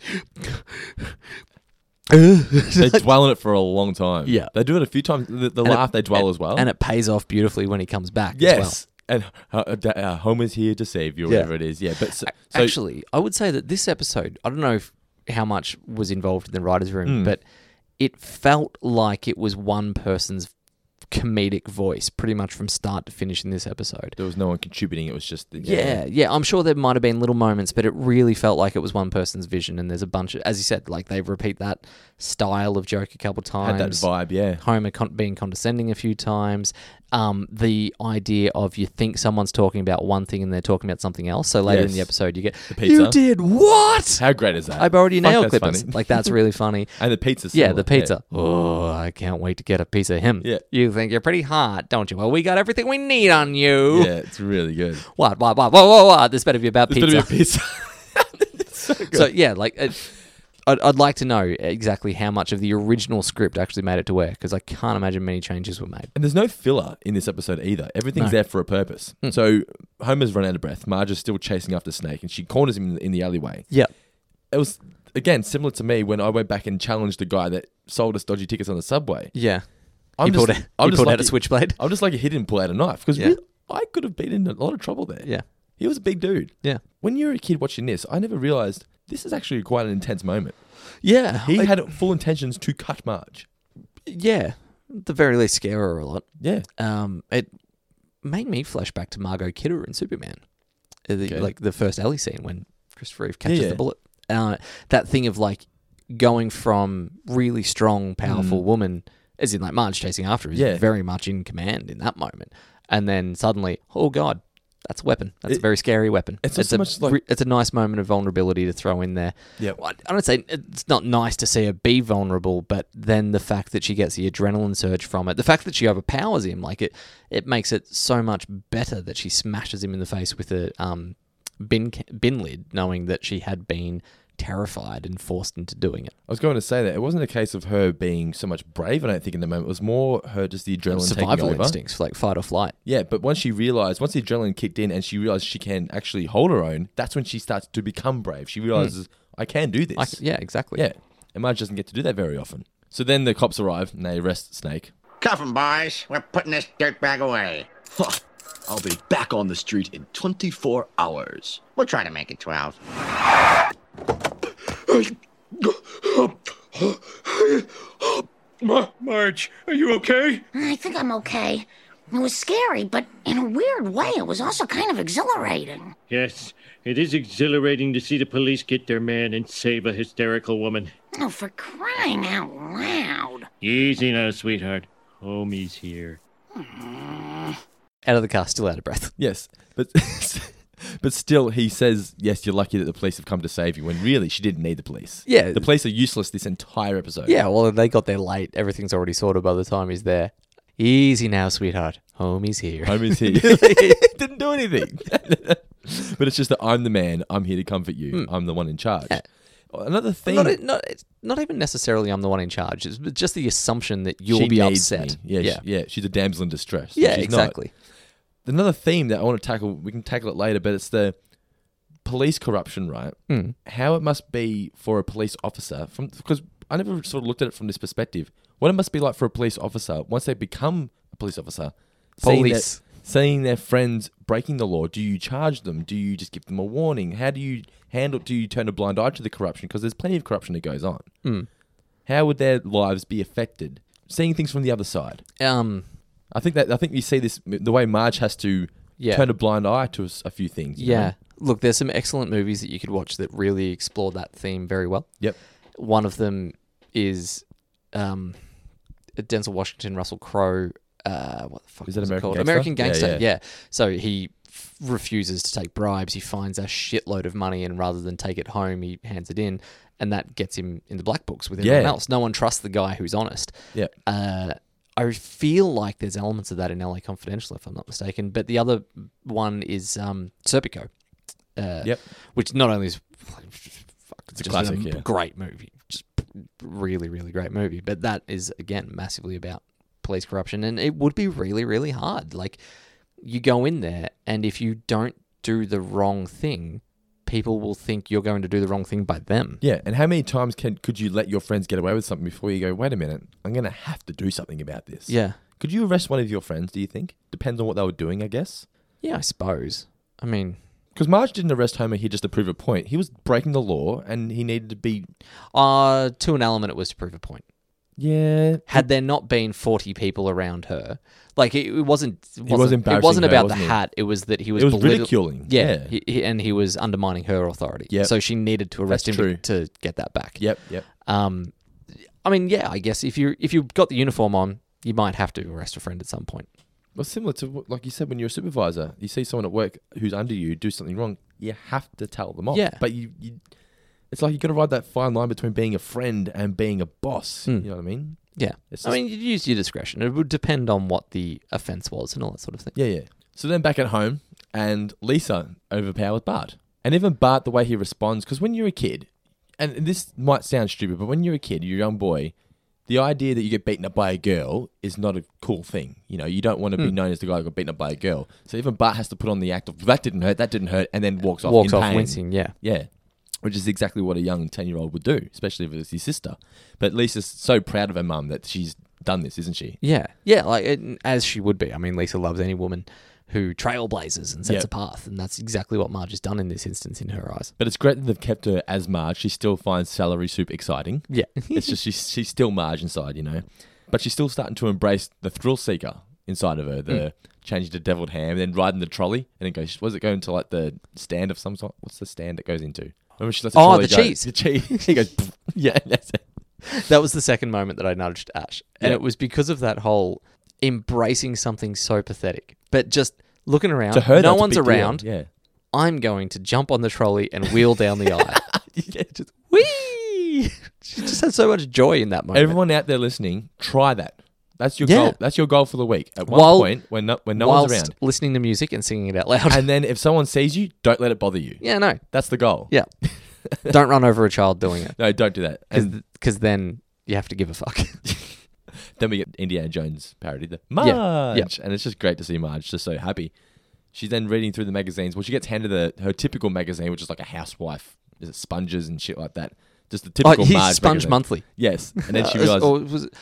They dwell on it for a long time. Yeah. They do it a few times. The, the And it- laugh, they dwell and- as well. and it pays off beautifully when he comes back. as well. Yes. And uh, uh, da- uh, Homer's here to save you, or Yeah. whatever it is. Yeah, but so, so Actually, I would say that this episode, I don't know if, how much was involved in the writer's Hmm. room, but it felt like it was one person's comedic voice pretty much from start to finish in this episode. there was no one contributing. It was just the, Yeah, yeah, I'm sure there might have been little moments, but it really felt like it was one person's vision. And there's a bunch of, as you said, like they repeat that style of joke a couple had times. that vibe. Yeah, Homer con- being condescending a few times. Um, the idea of you think someone's talking about one thing and they're talking about something else. So later in the Yes. episode, you get pizza. you did what? how great is that? I've already Fuck, nailed that's clippers. funny. Like that's really funny. and the pizza. Yeah, the pizza. Oh, I can't wait to get a piece of him. Yeah. You think you're pretty hot, don't you? Well, we got everything we need on you. Yeah. it's really good. What, what, what, what, what, what? This better be about It's pizza. gonna be a pizza. so yeah, like it, I'd, I'd like to know exactly how much of the original script actually made it to where, because I can't imagine many changes were made. And there's no filler in this episode either. Everything's No. Hmm. there for a purpose. So Homer's run out of breath. Marge is still chasing after Snake, and she corners him in the, in the alleyway. Yeah. It was again similar to me when I went back and challenged the guy that sold us dodgy tickets on the subway. Yeah. I'm he just- pulled, out, I'm he just pulled like out a the- switchblade. I'm just like he didn't pull out a knife because Yeah. I could have been in a lot of trouble there. Yeah. He was a big dude. Yeah. When you were a kid watching this, I never realized this is actually quite an intense moment. Yeah. He like- had full intentions to cut Marge. yeah. At the very least, scare her a lot. Yeah. um, it made me flash back to Margot Kidder in Superman, Uh, the- Okay. like the first alley scene when Christopher Reeve catches yeah. the bullet. Uh, that thing of like going from really strong, powerful woman, as in like Marge chasing after, her, is Mm. Yeah. very much in command in that moment, and then suddenly, oh god. That's a weapon. That's a It- very scary weapon. it's also a much like- re- it's a nice moment of vulnerability to throw in there. Yeah. Well, I don't say it's not nice to see her be vulnerable, but then the fact that she gets the adrenaline surge from it, the fact that she overpowers him, like it, it makes it so much better that she smashes him in the face with a um, bin ca- bin lid, knowing that she had been terrified and forced into doing it. I was going to say that it wasn't a case of her being so much brave. I don't think in the moment it was more her just the adrenaline taking Survival over. instincts, like fight or flight. Yeah, but once she realized, once the adrenaline kicked in, and she realized she can actually hold her own, that's when she starts to become brave. She realizes I can do this. Like, yeah, exactly. Yeah, and Marge doesn't get to do that very often. So then the cops arrive and they arrest Snake. Cuff 'em, boys. We're putting this dirtbag away. Huh. I'll be back on the street in 24 hours. We'll try to make it 12. Ma- Marge, are you okay? I think I'm okay. It was scary, but in a weird way, it was also kind of exhilarating. Yes, it is exhilarating to see the police get their man and save a hysterical woman. Oh, for crying out loud. Easy now, sweetheart. Homie's here. Out of the car, still out of breath. Yes, but but still, he says, "Yes, you're lucky that the police have come to save you." When really, she didn't need the police. Yeah. the police are useless this entire episode. Yeah, well, they got there late. Everything's already sorted by the time he's there. Easy now, sweetheart. Homie's here. homie's here. didn't do anything. but it's just that I'm the man. I'm here to comfort you. I'm the one in charge. Another thing. not, e, not, it's not even necessarily I'm the one in charge. It's just the assumption that you'll she be needs upset. me. Yeah, yeah. yeah, she's a damsel in distress. yeah, She's not. exactly. Another theme that I want to tackle. We can tackle it later, but it's the police corruption, right? How it must be for a police officer, from because I never sort of looked at it from this perspective. What it must be like for a police officer once they become a police officer, seeing their, Police. seeing their friends breaking the law. Do you charge them? Do you just give them a warning? How do you handle? Do you turn a blind eye to the corruption? Because there's plenty of corruption that goes on. How would their lives be affected? Seeing things from the other side. Um, I think that I think you see this the way Marge has to Yeah. turn a blind eye to a, s- a few things. you know? yeah. Look, there's some excellent movies that you could watch that really explore that theme very well. Yep. One of them is um, Denzel Washington, Russell Crowe. Uh, what the fuck Is that was it American called? Gangster? American Yeah, Gangster. yeah. yeah. So he f- refuses to take bribes. He finds a shitload of money, and rather than take it home, he hands it in, and that gets him in the black books with everyone Yeah. else. No one trusts the guy who's honest. Yep. Uh, I feel like there's elements of that in LA Confidential, if I'm not mistaken. But the other one is um, Serpico. Uh, Yep. Which not only is fuck, It's a just classic, yeah. great movie, just really, really great movie. But that is again massively about police corruption, and it would be really, really hard. Like you go in there, and if you don't do the wrong thing, people will think you're going to do the wrong thing by them. Yeah, and how many times can could you let your friends get away with something before you go, wait a minute, I'm gonna have to do something about this? Yeah. Could you arrest one of your friends, do you think? Depends on what they were doing, I guess. Yeah, I suppose. I mean, Because Marge didn't arrest Homer here just to prove a point. He was breaking the law and he needed to be uh, to an element, it was to prove a point. Yeah. Had there not been 40 people around her, like it, it wasn't, it wasn't, it embarrassing wasn't her, about wasn't the it? hat. It was that he was, It was belittle- ridiculing, Yeah. yeah. He, he- and he was undermining her authority. Yep. So she needed to arrest That's him to, to get that back. Yep, yep. Um, I mean, yeah, I guess if you if you've got the uniform on, you might have to arrest a friend at some point. Well similar to what- like you said when you're a supervisor, you see someone at work who's under you do something wrong, you have to tell them off. Yeah. But you, you it's like you gotta ride that fine line between being a friend and being a boss. You know what I mean? Yeah, It's I mean, you'd use your discretion. It would depend on what the offence was and all that sort of thing. Yeah, yeah. So then back at home, and Lisa overpowers Bart. And even Bart, the way he responds, because when you're a kid, and this might sound stupid, but when you're a kid, you're a young boy, the idea that you get beaten up by a girl is not a cool thing. You know, you don't want to Hmm. be known as the guy who got beaten up by a girl. So even Bart has to put on the act of, that didn't hurt, that didn't hurt, and then walks off. Walks in off pain. wincing. Yeah, Yeah. Which is exactly what a young 10 year old would do, especially if it's his sister. But Lisa's so proud of her mum that she's done this, isn't she? yeah, yeah. Like it, as she would be. I mean, Lisa loves any woman who trailblazers and sets Yeah. a path, and that's exactly what Marge has done in this instance in her eyes. But it's great that they've kept her as Marge. She still finds salary soup exciting. Yeah, it's just she's she's still Marge inside, you know, but she's still starting to embrace the thrill seeker inside of her. The Mm. changing to deviled ham, then riding the trolley, and it goes. Was it going to like the stand of some sort? What's the stand it goes into? Remember she lets the Oh, trolley the go- cheese. The cheese. she goes. "Pfft." yeah, that's it. that was the second moment that I nudged Ash, and Yeah. it was because of that whole embracing something so pathetic, but just looking around. To her, no that's a one's big deal. around. Yeah. I'm going to jump on the trolley and wheel down the aisle. yeah just, Whee! She just had so much joy in that moment. everyone out there listening, try that. That's your Yeah. goal. That's your goal for the week. At one While- point, when no, when no whilst one's around, listening to music and singing it out loud. and then if someone sees you, don't let it bother you. yeah, no, That's the goal. yeah. Don't run over a child doing it, No, don't do that. And because then you have to give a fuck. Then we get Indiana Jones parody, the Marge, and it's just great to see Marge just so happy. She's then reading through the magazines. Well, she gets handed a, her typical magazine, which is like a housewife, is it sponges and shit like that. Just the oh, typical he's Marge Sponge magazine. Monthly. Yes, and then she Uh, it was- realized or it was, it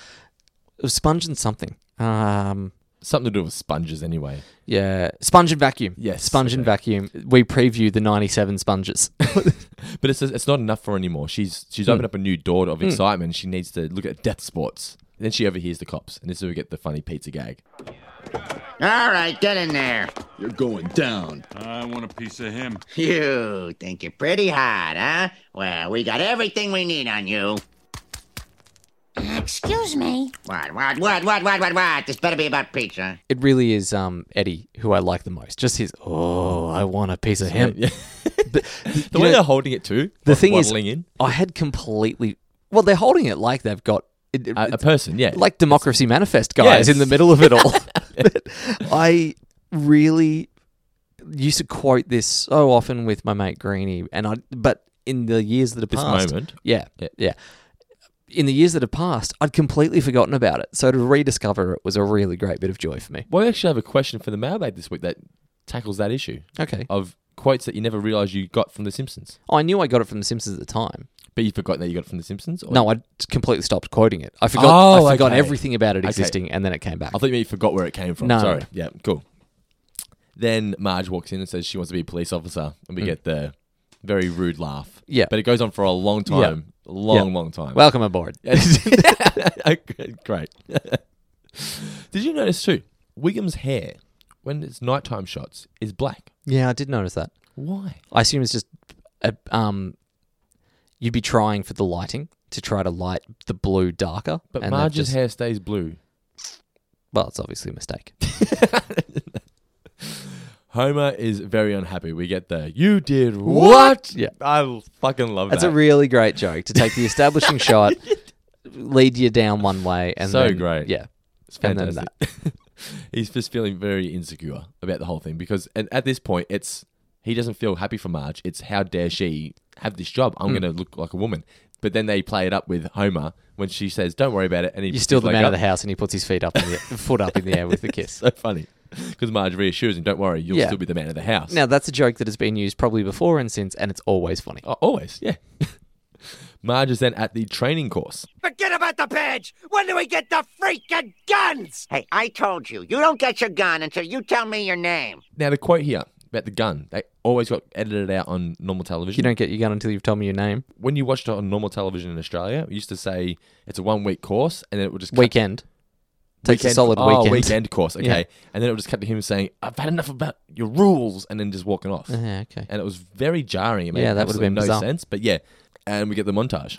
was Sponge and something. Um, something to do with sponges anyway. yeah, Sponge and Vacuum. Yes, Sponge and okay. Vacuum. We preview the '97 Sponges. But it's it's not enough for her anymore. She's Hmm. she's opened up a new door of excitement. She needs to look at death sports. And then she overhears the cops, and this is where we get the funny pizza gag. All right, get in there. You're going down. I want a piece of him. You think you're pretty hot, huh? Well, we got everything we need on you. Excuse me. What, what, what, what, what, what, what? This better be about pizza. it really is um, Eddie who I like the most. Just his. Oh, I want a piece of him. Yeah. The You way know- they're holding it too, the thing is, waddling in I had completely. Well, they're holding it like they've got it, a, a it's person, yeah, like Democracy Manifest guys Yes. in the middle of it all. I really used to quote this so often with my mate Greeny, and I. But in the years that have this passed, moment. yeah, yeah, In the years that have passed, I'd completely forgotten about it. So to rediscover it was a really great bit of joy for me. Well, we actually have a question for the mailbag this week that tackles that issue Okay, of quotes that you never realized you got from The Simpsons, I knew I got it from The Simpsons at the time. but you forgot that you got it from The Simpsons. Or No, I completely stopped quoting it. I forgot. Oh, I forgot okay. everything about it existing, and then it came back. I thought you meant you forgot where it came from. No. Sorry. Yeah, cool. Then Marge walks in and says she wants to be a police officer, and we get the very rude laugh. Hmm. Yeah. but it goes on for a long time, a long, long time. Welcome aboard. great. Did you notice too? Wiggum's hair, when it's nighttime shots, is black. Yeah, I did notice that. Why? I assume it's just, uh, um, you'd be trying for the lighting to try to light the blue darker. But and they've Marge's just- hair stays blue. Well, it's obviously a mistake. Homer is very unhappy. We get the you did what? Yeah. I fucking love That's that. a really great joke to take the establishing shot, lead you down one way, and So then- great. Yeah, it's and then fantastic. He's just feeling very insecure about the whole thing because and at this point it's he doesn't feel happy for Marge. It's how dare she have this job? Hmm. I'm gonna look like a woman. But then they play it up with Homer when she says, "Don't worry about it," and he you're still the like, man of "Oh." the house, and he puts his feet up, in the, foot up in the air with a kiss. So funny. because Marge reassures him, "Don't worry, you'll Yeah. still be the man of the house." Now, that's a joke that has been used probably before and since, and it's always funny. Oh, always, yeah. Marge is then at the training course. Forget about the badge. When do we get the freaking guns? Hey, I told you, you don't get your gun until you tell me your name. Now the quote here about the gun, they always got edited out on normal television. You don't get your gun until you've told me your name. when you watched it on normal television in Australia, we used to say it's a one week course, and then it would just cut- Weekend. Takes a weekend- solid oh, weekend. course, okay, and then it would just cut to him saying, "I've had enough about your rules," and then just walking off. Yeah, okay. And it was very jarring. It made Mm-hmm. Yeah, that would've absolutely been no bizarre. sense, but yeah, and we get the montage.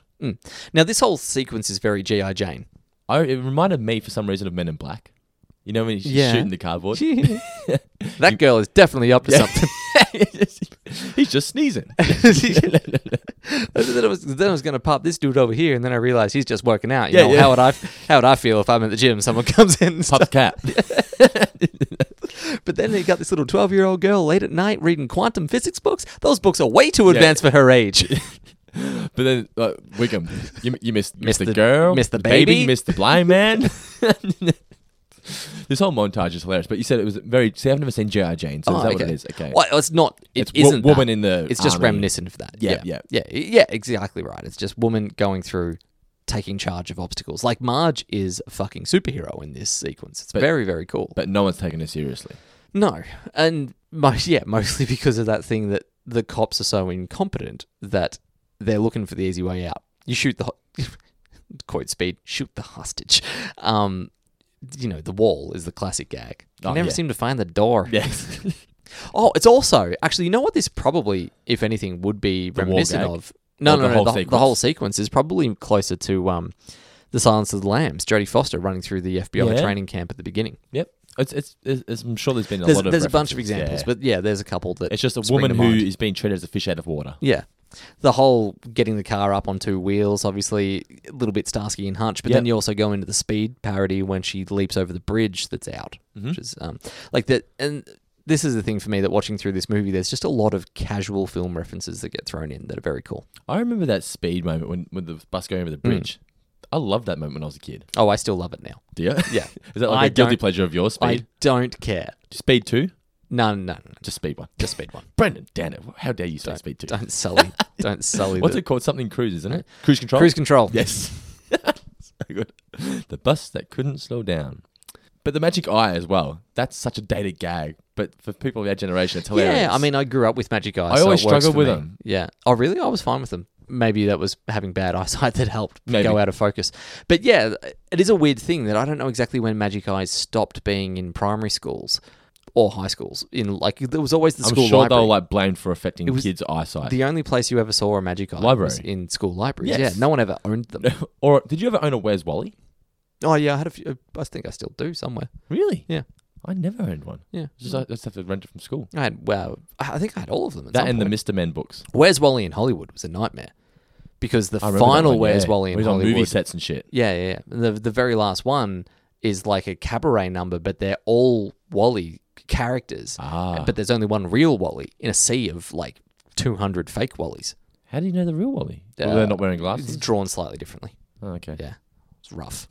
Now, this whole sequence is very G.I. Jane. I, it reminded me for some reason of Men in Black. You know when he's Yeah. shooting the cardboard. That girl is definitely up to something. he's just sneezing. then I was, then I was going to pop this dude over here, and then I realized he's just working out. You Yeah, know, yeah. How, would I, how would I feel if I'm at the gym, someone comes in and Pop the stuff? cap. But then you got this little 12 year old girl late at night reading quantum physics books. Those books are way too advanced for her age. But then uh, Wickham, you, you missed, missed the, the- girl, missed the baby. missed the blind man. this whole montage is hilarious. But you said it was very. See, I've never seen G.I. Jane, Oh, so is that what it is? Okay. Well, it's not. It's It wo- not woman in the It's just army. reminiscent of that. Yeah, yeah, yeah, yeah, Exactly right. It's just woman going through, taking charge of obstacles. Like Marge is a fucking superhero in this sequence. It's very, very cool. But no one's taking it seriously. No, and mo- yeah, mostly because of that thing that the cops are so incompetent that they're looking for the easy way out. You shoot the ho- quote speed, shoot the hostage. Um, you know, the wall is the classic gag. You Oh, never yeah. seem to find the door. Yes. Oh, it's also actually, you know what? This probably, if anything, would be wall reminiscent gag? of. No, Or no, the no. whole the, the sequence? whole sequence is probably closer to um, the Silence of the Lambs. Jodie Foster running through the FBI Yeah. training camp at the beginning. yep. It's, it's, it's, it's- I'm sure there's been a there's lot of. there's a bunch of references. examples, Yeah. but yeah, there's a couple that it's just a spring woman to who mind. is being treated as a fish out of water. Yeah. The whole getting the car up on two wheels, obviously a little bit Starsky and Hutch, but then Yep. you also go into the speed parody when she leaps over the bridge that's out, which is um, like that. And this is the thing for me that watching through this movie, there's just a lot of casual film references that get thrown in that are very cool. I remember that speed moment when with the bus going over Hmm. the bridge. I loved that moment when I was a kid. Oh, I still love it now. Do you? Yeah. Is that like I a guilty don't- pleasure of yours? Speed. I don't care. Speed two. No, no, no, no. Just speed one. Just speed one. Brendan, damn it! How dare you say speed two? Don't sully. don't sully. What's the- it called? Something cruise, isn't it? Cruise control. Cruise control. Yes. so good. The bus that couldn't slow down. But the magic eye as well. That's such a dated gag. But for people of our generation, it's hilarious. Yeah, I mean, I grew up with magic eyes. I so always it works struggled for with me. them. Yeah. Oh, really? I was fine with them. Maybe that was having bad eyesight that helped Maybe. go out of focus. But yeah, it is a weird thing that I don't know exactly when magic eyes stopped being in primary schools or high schools. In like there was always the I'm school sure they library. were like blamed for affecting was kids' eyesight. the only place you ever saw a magic eye was Library. in school libraries. Yes. Yeah, no one ever owned them. or did you ever own a Where's Wally? oh yeah, I had a few. I think I still do somewhere. Really? Yeah. I never owned one. Yeah. It's Just I just have to rent it from school. I had well, I think I had all of them. At That some and point. the Mr. Men books. Where's Wally in Hollywood was a nightmare because the I remember that final one, Where's yeah. Wally in Where he's on Hollywood movie sets and shit. Yeah, yeah, yeah. The the very last one is like a cabaret number, but they're all Wally characters. Ah. But there's only one real Wally in a sea of like 200 fake Wallies. How do you know the real Wally? Uh, Well, they're not wearing It's glasses. drawn slightly differently. Oh, okay. Yeah. It's rough.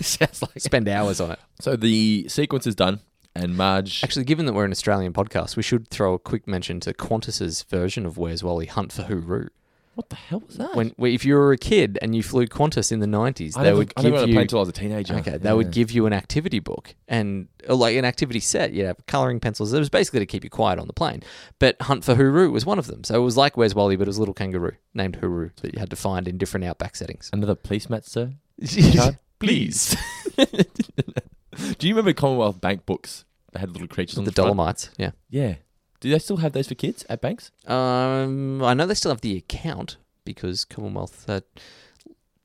Sounds like Spend hours on it. So the sequence is done, and Marge. Actually, given that we're an Australian podcast, we should throw a quick mention to Qantas's version of Where's Wally Hunt for Hooroo. what the hell was that? When, when if you were a kid and you flew Qantas in the 90s, I they never, would I give never got a you plane until I was a teenager. Okay, they would give you an activity book and or like an activity set. You'd have coloring pencils. It was basically to keep you quiet on the plane. But Hunt for Hooroo was one of them. So it was like Where's Wally, but it was a little kangaroo named Hooroo that you had to find in different outback settings. Another police mat, sir? Card? Please. Do you remember Commonwealth Bank books? They had little creatures on the the front? Dolomites, yeah. Yeah. Do they still have those for kids at banks? Um, I know they still have the account because Commonwealth are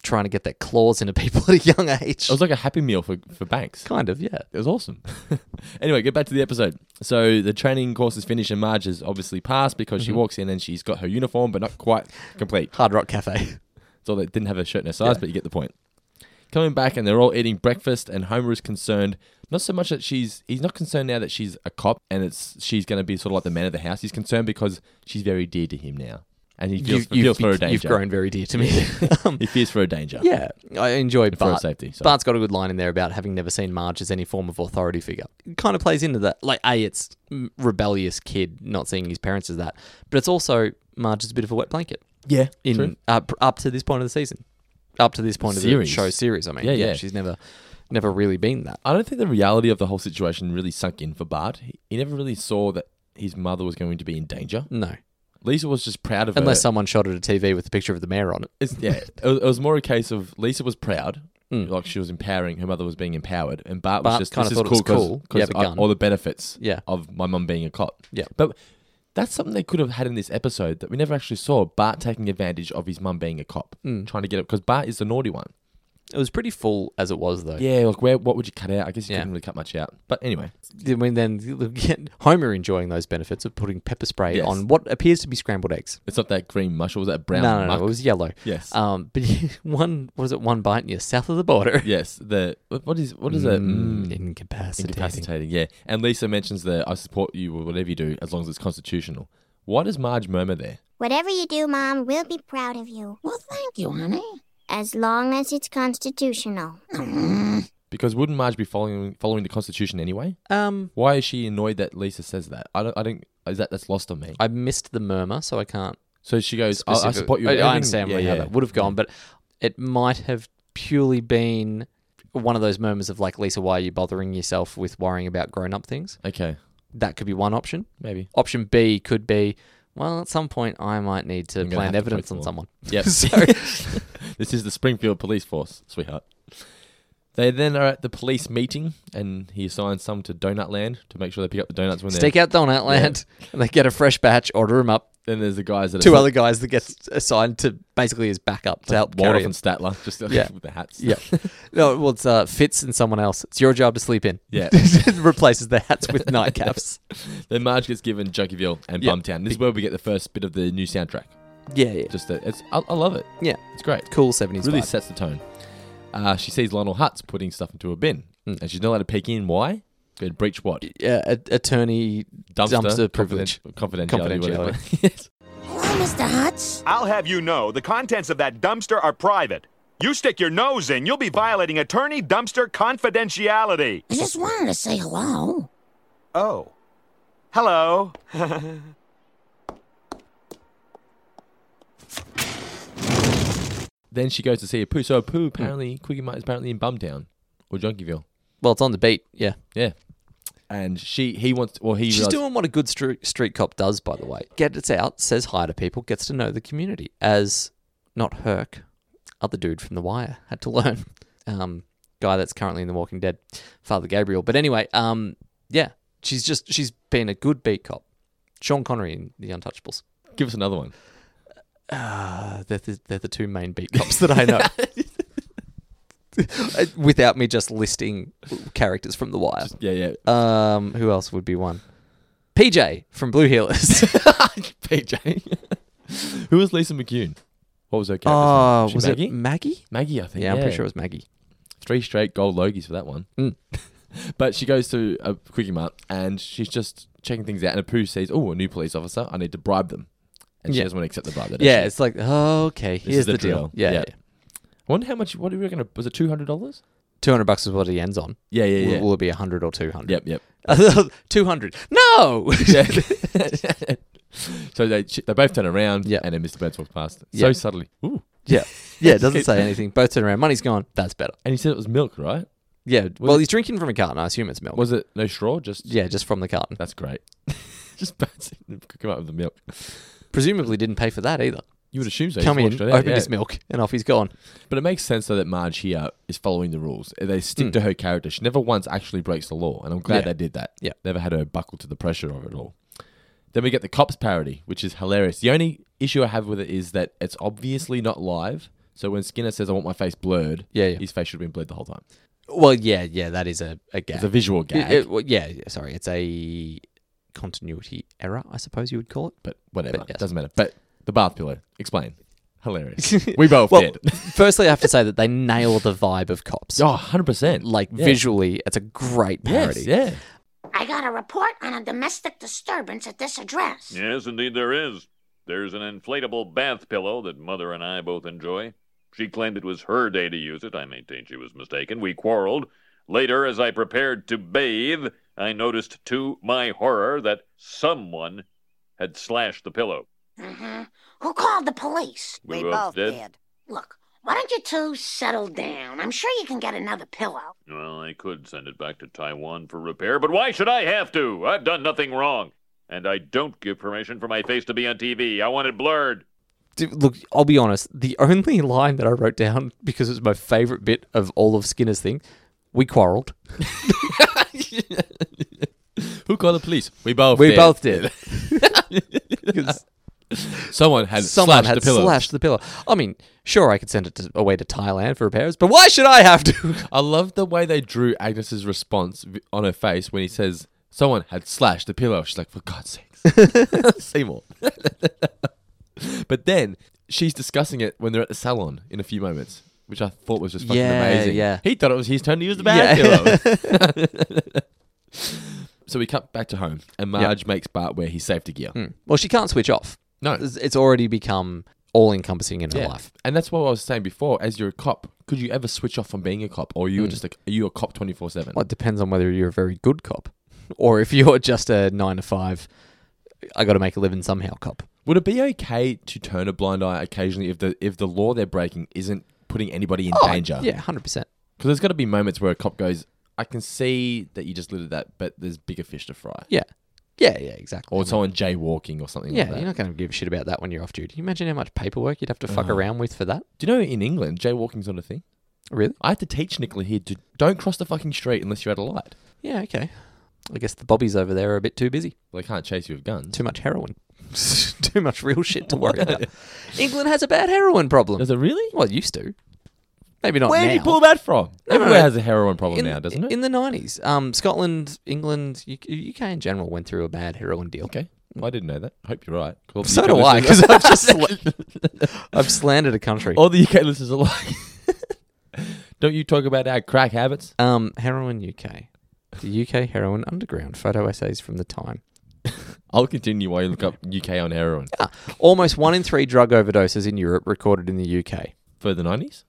trying to get their claws into people at a young age. It was like a happy meal for, for banks. kind of, yeah. It was awesome. anyway, get back to the episode. So the training course is finished, and Marge is obviously passed because Mm-hmm. she walks in and she's got her uniform, but not quite complete. Hard Rock Cafe. So they didn't have a shirt in her size, but you get the point. Coming back, and they're all eating breakfast, and Homer is concerned. Not so much that she's he's not concerned now that she's a cop and it's she's going to be sort of like the man of the house. He's concerned because she's very dear to him now, and he You, feels, you've, feels for a you've danger. grown very dear to me. um, He fears for a danger. yeah, I enjoyed for a Bart. safety, so. Bart's got a good line in there about having never seen Marge as any form of authority figure. It kind of plays into that. Like, A, it's mm, rebellious kid not seeing his parents as that, but it's also Marge is a bit of a wet blanket yeah. true. in up, up to this point of the season, up to this point of Series. the show series. I mean, Yeah, yeah. she's never, never really been that. I don't think the reality of the whole situation really sunk in for Bart. He, he never really saw that his mother was going to be in danger. No, Lisa was just proud of unless her. someone shot at a TV with a picture of the mayor on it. It's, yeah, it was, it was more a case of Lisa was proud, like she was empowering. Her mother was being empowered, and Bart, was Hmm. Bart just kinda this thought is it was cool cool. because You have a gun. all the benefits Yeah. of my mum being a cop. Yeah. but that's something they could have had in this episode that we never actually saw. Bart taking advantage of his mum being a cop, Hmm. trying to get it because Bart is the naughty one. It was pretty full as it was though. Yeah, like where what would you cut out? I guess you Yeah. couldn't really cut much out. But anyway, I mean, then Homer enjoying those benefits of putting pepper spray Yes. on what appears to be scrambled eggs. it's not that green mush. Or was that brown? No, no, muck? no, it was yellow. Yes. Um, but one was it? One bite near south of the border. Yes, the what what is what is it? Hmm. Mm. Incapacitating. incapacitating. Yeah, and Lisa mentions the I support you with whatever you do as long as it's constitutional. Why does Marge murmur there? Whatever you do, Mom, we'll be proud of you. Well, thank you, honey. As long as it's constitutional. Because wouldn't Marge be following following the Constitution anyway? Um, Why is she annoyed that Lisa says that? I don't. I don't. Is that that's lost on me? I missed the murmur, so I can't. So she goes, I, I specific- support you. I, with I everything." understand where how that would have gone, but it might have purely been one of those moments of like, Lisa, why are you bothering yourself with worrying about grown-up things? Okay, That could be one option. maybe. Option B could be, well, at some point I might need to gonna have plant to evidence poke on more. someone. Yep. This is the Springfield Police Force, sweetheart. They then are at the police meeting, and he assigns some to Donut Land to make sure they pick up the donuts when they're. Stake out Donut Land, and they get a fresh batch, order them up. Then there's the guys that are Two other guys that get assigned to basically as backup to help carry Waldorf it. and Statler, just Yeah. with the hats. Yeah. No, well, it's uh, Fitz and someone else. It's your job to sleep in. Yeah. Replaces the hats with nightcaps. Then Marge gets given Junkieville and Yeah. Bumtown. This is where we get the first bit of the new soundtrack. yeah, yeah. Just that it's, I, I love it. Yeah. It's great. Cool 70s really vibe. sets the tone. Uh, she sees Lionel Hutz putting stuff into a bin, mm, and she's not allowed to peek in. Why? Good breach what? Yeah, a- attorney dumpster, privilege. confident, confidentiality. whatever. yes. Hello, Mr. Hutz. I'll have you know the contents of that dumpster are private. You stick your nose in, you'll be violating attorney dumpster confidentiality. I just wanted to say hello. Oh. Hello. Then she goes to see a poo. So a poo apparently, Quiggy Mart is apparently in Bumtown or Junkieville. Well, it's on the beat. Yeah. Yeah. And she, he wants, well, he She's realized- doing what a good street, street cop does, by the way. Gets out, says hi to people, gets to know the community. As not Herc, other dude from The Wire had to learn. Um, guy that's currently in The Walking Dead, Father Gabriel. But anyway, um, yeah, she's just she's been a good beat cop. Sean Connery in The Untouchables. give us another one. Uh, they're, the, they're the two main beat cops that I know. Uh, Without me just listing characters from The Wire. Yeah, yeah. Um, who else would be one? PJ from Blue Heelers. PJ. Who was Lisa McCune? What was her character? Oh, She was Maggie? it Maggie? Maggie, I think. Yeah, I'm pretty sure it was Maggie. three straight gold logies for that one. Mm. but she goes to a quickie mart and she's just checking things out. And Apu says, "Oh, a new police officer. I need to bribe them." And she Yeah. doesn't want to accept the bribe. That Yeah, it's like oh, okay, is here's the the, deal. drill. Yeah, Yeah. I wonder how much. What are we gonna? Was it two hundred dollars? two hundred bucks is what he ends on. Yeah, yeah, yeah. Will, will it be hundred or two hundred? Yep, yep. two hundred. No. Yeah. so they she- they both turn around. Yep. And then Mr. Burns walks past so Yep. subtly. Ooh. yeah, yeah. It doesn't say anything. Both turn around. Money's gone. That's better. And he said it was milk, right? Yeah. Well, he's drinking from a carton. I assume it's milk. Was it no straw? Just yeah, just from the carton. That's great. just bouncing, come up with the milk. Presumably didn't pay for that either. You would assume so. He's Come in, launched it open out, yeah. his milk, and off he's gone. But it makes sense though that Marge here is following the rules. They stick to her character. She never once actually breaks the law, and I'm glad Hmm. Yeah. they did that. Yeah. never had her buckle to the pressure of it all. Then we get the cops parody, which is hilarious. The only issue I have with it is that it's obviously not live. So when Skinner says, "I want my face blurred," Yeah, yeah. his face should have been blurred the whole time. Well, yeah, yeah. That is a a gag. It's a visual It- gag, it- well, yeah, yeah, sorry, it's a continuity error, I suppose you would call it. but whatever, but yes. doesn't matter. But the bath pillow, explain. Hilarious. we both Well, did. firstly, I have to say that they nail the vibe of cops. Oh, 100 percent. Like yeah. visually, it's a great Yes, parody. yeah. I got a report on a domestic disturbance at this address. Yes, indeed there is. There's an inflatable bath pillow that Mother and I both enjoy. She claimed it was her day to use it. I maintain she was mistaken. We quarreled. Later, as I prepared to bathe, I noticed to my horror that someone had slashed the pillow. Mm-hmm. Who called the police? We We both both did. did. Look, why don't you two settle down? I'm sure you can get another pillow. Well, I could send it back to Taiwan for repair, but why should I have to? I've done nothing wrong. And I don't give permission for my face to be on TV. I want it blurred. Dude, look, I'll be honest. The only line that I wrote down because it was my favorite bit of all of Skinner's thing, we quarreled. Who called the police? We both. we did. both did. Someone had Someone slashed had the pillow. slashed the pillow. I mean, sure, I could send it to, away to Thailand for repairs, but why should I have to? I love the way they drew Agnes's response v- on her face when he says someone had slashed the pillow. She's like, for God's sakes, Seymour. but then she's discussing it when they're at the salon in a few moments, which I thought was just fucking Yeah, amazing. yeah. he thought it was his turn to use the Yeah. bad pillow. so we cut back to home, and Marge makes Bart wear his safety gear. Well, she can't switch off. No. It's it's already become all encompassing in her Yeah. life. And that's what I was saying before. As you're a cop, could you ever switch off from being a cop, or Hmm. you were just like are you a cop twenty four seven? Well, it depends on whether you're a very good cop or if you're just a nine to five, I got to make a living somehow cop. Would it be okay to turn a blind eye occasionally if the if the law they're breaking isn't putting anybody in danger? Oh, Yeah, 100%. because there's got to be moments where a cop goes, "I can see that you just littered that, but there's bigger fish to fry." Yeah. Yeah, yeah, exactly. Or someone jaywalking or something yeah, like that. you're not going to give a shit about that when you're off duty. You imagine how much paperwork you'd have to fuck Uh-huh. around with for that? Do you know in England jaywalking's not a thing? Really? I had to teach Nicola here to don't cross the fucking street unless you're at a light. Yeah, okay. I guess the bobbies over there are a bit too busy. Well, they can't chase you with guns. Too much heroin. too much real shit to worry about. England has a bad heroin problem. Does it really? Well, it used to. Maybe not Where now. do you pull that from? No, no, Everywhere no. has a heroin problem in, now, doesn't it? In the 90s. Um, Scotland, England, U- UK in general went through a bad heroin deal. okay. Well, I didn't know that. I hope you're right. 'Cause all the So UK do I, listeners- because I've just sla- I've slandered a country. All the UK listeners are like, don't you talk about our crack habits? Um, heroin UK, the UK heroin underground. Photo essays from the time. I'll continue while you look up UK on heroin Uh, Almost one in three drug overdoses in Europe recorded in the UK. for the 90s?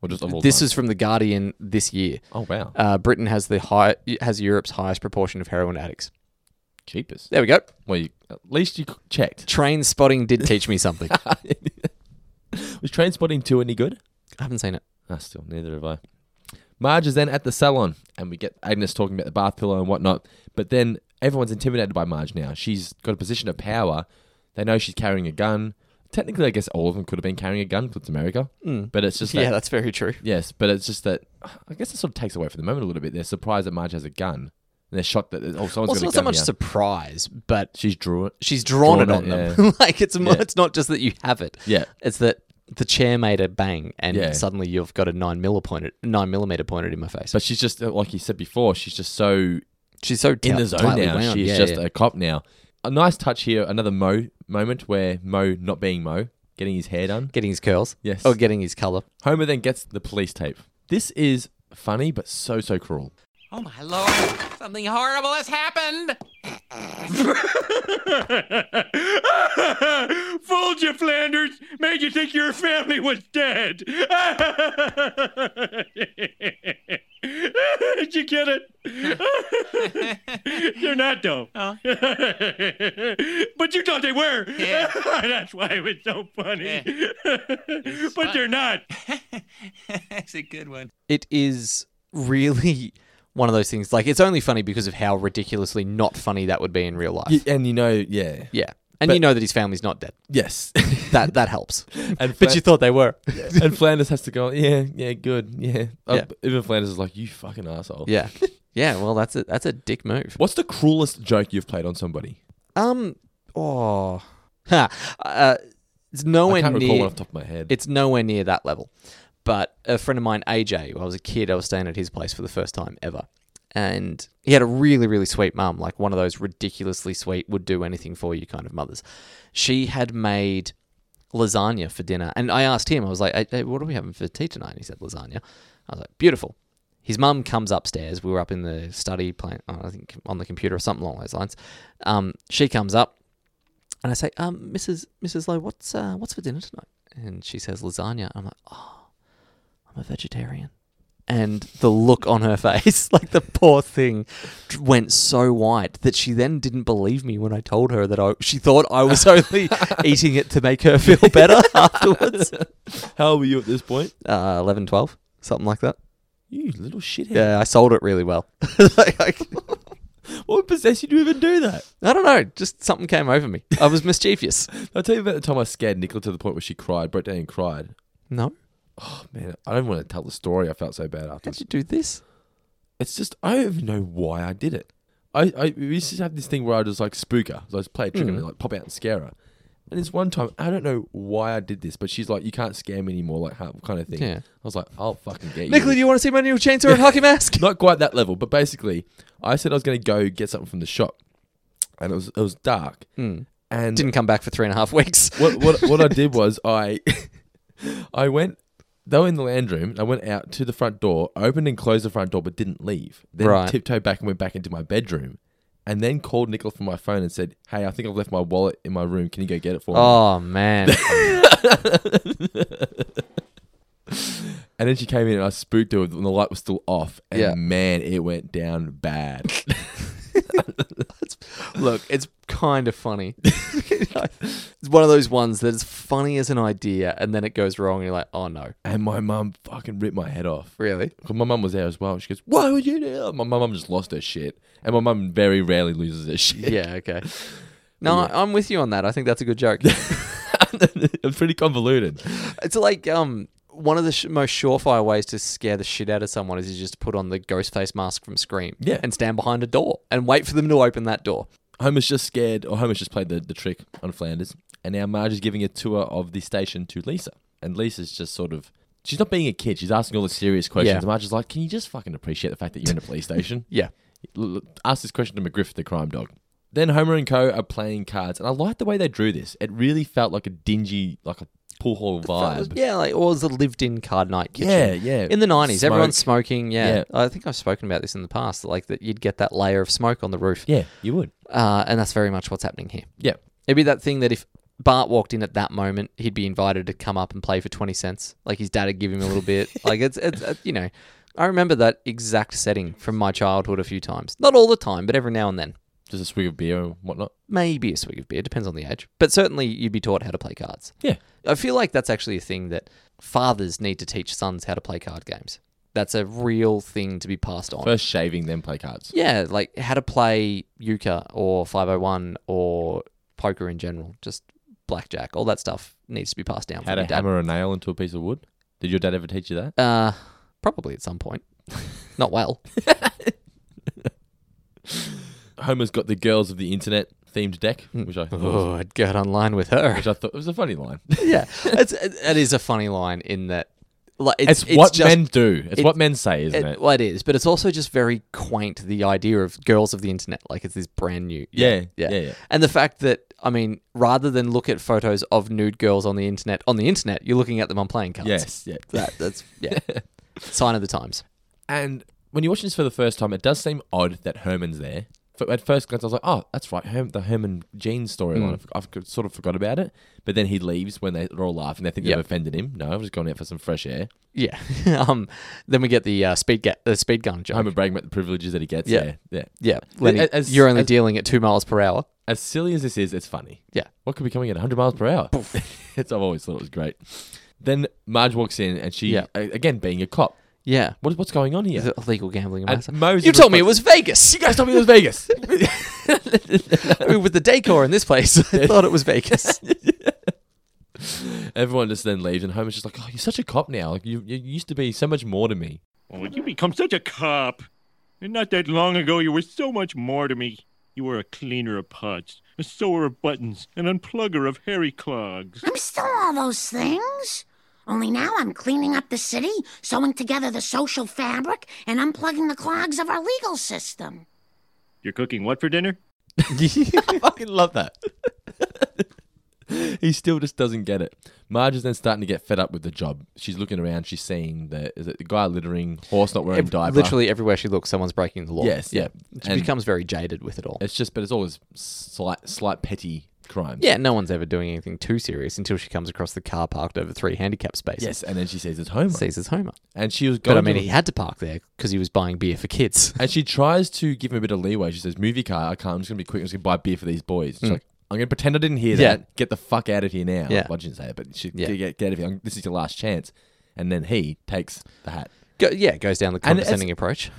Or just of all This time? is from the Guardian this year. Oh, wow. Uh, Britain has the high has Europe's highest proportion of heroin addicts. Cheapest. There we go. Well, you, at least you c- checked. Train spotting did teach me something. I Was Trainspotting 2 any good? haven't seen it. Ah, still, neither have I. Marge is then at the salon, and we get Agnes talking about the bath pillow and whatnot. But then everyone's intimidated by Marge now. She's got a position of power. They know she's carrying a gun. Technically, I guess all of them could have been carrying a gun because it's America. But it's just that, Hmm. Yeah, that's very true. yes, but it's just that I guess it sort of takes away from the moment a little bit. They're surprised that Marge has a gun, and they're shocked that oh, someone's Well, got it's a not so gun much here. surprise, but she's drew it. she's drawn, Drawn it it, on them. like it's mo- Yeah. it's not just that you have it. Yeah. It's that the chair made a bang, and Yeah. suddenly you've got a nine milli pointed, nine millimeter pointed in my face. But she's just uh, like you said before. She's just so she's so in tightly the zone now. wound. She's Yeah, just yeah. a cop now. A nice touch here. Another Mo moment where Mo not being Mo, getting his hair done. getting his curls. Yes. or getting his color. Homer then gets the police tape. This is funny, but so so cruel. Oh my lord, something horrible has happened. Fooled you, Flanders! Made you think your family was dead! Did you get it? They're not, though. Oh. but you thought they were! Yeah. That's why it was so funny. but fun. they're not. That's a good one. It is really one of those things. Like it's only funny because of how ridiculously not funny that would be in real life. Y- And you know, yeah, yeah. And But- you know that his family's not dead. yes. That that helps. and but you thought they were. and Flanders has to go. Yeah, yeah, good. Yeah. Uh, Yeah. even Flanders is like, you fucking asshole. yeah. Yeah, well that's a that's a dick move. What's the cruelest joke you've played on somebody? Um. Oh. Ha. Uh, it's nowhere I can't recall near. one off the top of my head. It's nowhere near that level. But a friend of mine, AJ, when I was a kid, I was staying at his place for the first time ever. And he had a really, really sweet mum, like one of those ridiculously sweet, would do anything for you kind of mothers. She had made lasagna for dinner. And I asked him, I was like, hey, hey, what are we having for tea tonight? And he said, lasagna. I was like, beautiful. His mum comes upstairs. We were up in the study playing, I think, on the computer or something along those lines. Um, she comes up And I say, um, Mrs. Mrs. Lowe, what's uh, what's for dinner tonight? And she says lasagna. I'm like, oh, I'm a vegetarian. And the look on her face, like the poor thing, went so white that she then didn't believe me when I told her that I. She thought I was only eating it to make her feel better afterwards. How old were you at this point? Uh, 11, 12, something like that. You little shithead. Yeah, I sold it really well. Like, I- What would possess you to even do that? I don't know. Just something came over me. I was mischievous. I'll tell you about the time I scared Nicola to the point where she cried, broke down and cried. No. Oh, man, I don't want to tell the story. I felt so bad after. How'd you do this? It's just I don't even know why I did it. I, I we used to have this thing where I just like spook her. So I just play a Mm. trick and like pop out and scare her. And this one time, I don't know why I did this, but she's like, "You can't scare me anymore," like how, kind of thing. Yeah. I was like, "I'll fucking get you." Nicola, do you want to see my new chainsaw and hockey mask? Not quite that level, but basically, I said I was going to go get something from the shop, and it was it was dark, and Hmm. Didn't come back for three and a half weeks. what what what I did was I I went they were in the land room. I went out to the front door, opened and closed the front door, but didn't leave. Then Right. tiptoed back and went back into my bedroom, and then called Nicola from my phone and said, "Hey, I think I've left my wallet in my room. Can you go get it for me?" Oh man. And then she came in and I spooked her when the light was still off. And Yeah. man, it went down bad. Look, it's kind of funny. it's one of those ones that is funny as an idea and then it goes wrong and you're like, oh no. and my mum fucking ripped my head off. Really? Because my mum was there as well. She goes, "Why would you do?" that?" My my mum just lost her shit, and my mum very rarely loses her shit. Yeah, okay. No, I, I'm with you on that. I think that's a good joke. it's pretty convoluted. it's like um one of the sh- most surefire ways to scare the shit out of someone is just to put on the ghost face mask from Scream Yeah. and stand behind a door and wait for them to open that door. Homer's just scared, or Homer's just played the, the trick on Flanders, and now Marge is giving a tour of the station to Lisa. And Lisa's just sort of, she's not being a kid, she's asking all the serious questions. Yeah. And Marge is like, Can you just fucking appreciate the fact that you're in a police station? Yeah. L- l- Ask this question to McGriff, the crime dog. Then Homer and Co are playing cards, and I like the way they drew this. It really felt like a dingy, like a pool hall vibe. Yeah, like or it was a lived-in card night kitchen. Yeah, yeah. In the nineties, everyone's Smoke. smoking. Yeah. Yeah. I think I've spoken about this in the past. Like that, you'd get that layer of smoke on the roof. Yeah, you would. uh, and that's very much what's happening here. Yeah. It'd be that thing that if Bart walked in at that moment, he'd be invited to come up and play for twenty cents. Like his dad would give him a little bit. Like it's, it's uh, you know, I remember that exact setting from my childhood a few times. Not all the time, but every now and then. Just a swig of beer and whatnot. Maybe a swig of beer depends on the age, but certainly you'd be taught how to play cards. Yeah. I feel like that's actually a thing that fathers need to teach sons how to play card games. That's a real thing to be passed on. First shaving, then play cards. Yeah, like how to play euchre or 501 or poker in general, just blackjack, all that stuff needs to be passed How down from to your dad. hammer a nail into a piece of wood. Did your dad ever teach you that? Uh, probably at some point. Not well. Homer's got the girls of the internet themed deck, which I thought, Oh, I'd get online with her. which I thought was a funny line. yeah, it's, it, it is a funny line in that. Like, it's, It's, what just, men do. It's it- what men say, isn't it? It, well, it is, but it's also just very quaint. The idea of girls of the internet, like it's this brand new. Yeah, yeah, yeah. And the fact that I mean, rather than look at photos of nude girls on the internet, on the internet, you're looking at them on playing cards. yes, yeah. That, that's yeah. Sign of the times. And when you're watching this for the first time, it does seem odd that Herman's there. F- At first glance, I was like, "Oh, that's right, Herm- the Herman Jean Hmm. storyline." I've- I've, c- sort of forgot about it, but then he leaves when they're all laughing. They think Yep. they've offended him. No, I've just gone out for some fresh air. Yeah. um. Then we get the uh, speed ga- the speed gun joke. Homer bragging about the privileges that he gets. Yeah. Yeah, yeah. yeah. Lenny, as- you're only as- dealing at two miles per hour. As silly as this is, it's funny. Yeah. What could be coming at 100 miles per hour? it's, I've always thought it was great. Then Marge walks in, and she Yeah. a- again being a cop. Yeah. What, what's going on Is here? it illegal gambling? And And Moe's you in told me it was response- Vegas. You guys told me it was Vegas. I mean, with the decor in this place, I thought it was Vegas. Everyone just then leaves, and Homer's just like, "Oh, you're such a cop now. Like you, you used to be so much more to me." Oh, you become such a cop. And not that long ago, you were so much more to me. You were a cleaner of pots, a sewer of buttons, an unplugger of hairy clogs. I'm still all those things. Only now I'm cleaning up the city, sewing together the social fabric, and unplugging the clogs of our legal system. You're cooking what for dinner? I fucking love that. he still just doesn't get it. Marge is then starting to get fed up with the job. She's looking around. She's seeing the is it the guy littering, horse not wearing Ev- diaper. Literally everywhere she looks, someone's breaking the law. Yes, yeah. She And- becomes very jaded with it all. It's just, but it's always slight, slight petty crimes. Yeah, no one's ever doing anything too serious until she comes across the car parked over three handicap spaces. Yes, and then she says it's Homer. Sees as Homer. And she was going. But I mean, to- he had to park there because he was buying beer for kids. And she tries to give him a bit of leeway. She says, "Movie car, I can't. I'm just gonna be quick. I'm just gonna buy beer for these boys." She's Mm. like, "I'm gonna pretend I didn't hear Yeah. that. Get the fuck out of here now." Yeah. Well, I didn't say it, but she Yeah. get, get out of here. I'm- This is your last chance. And then he takes the hat. Go, yeah, it goes down the And it's- condescending approach.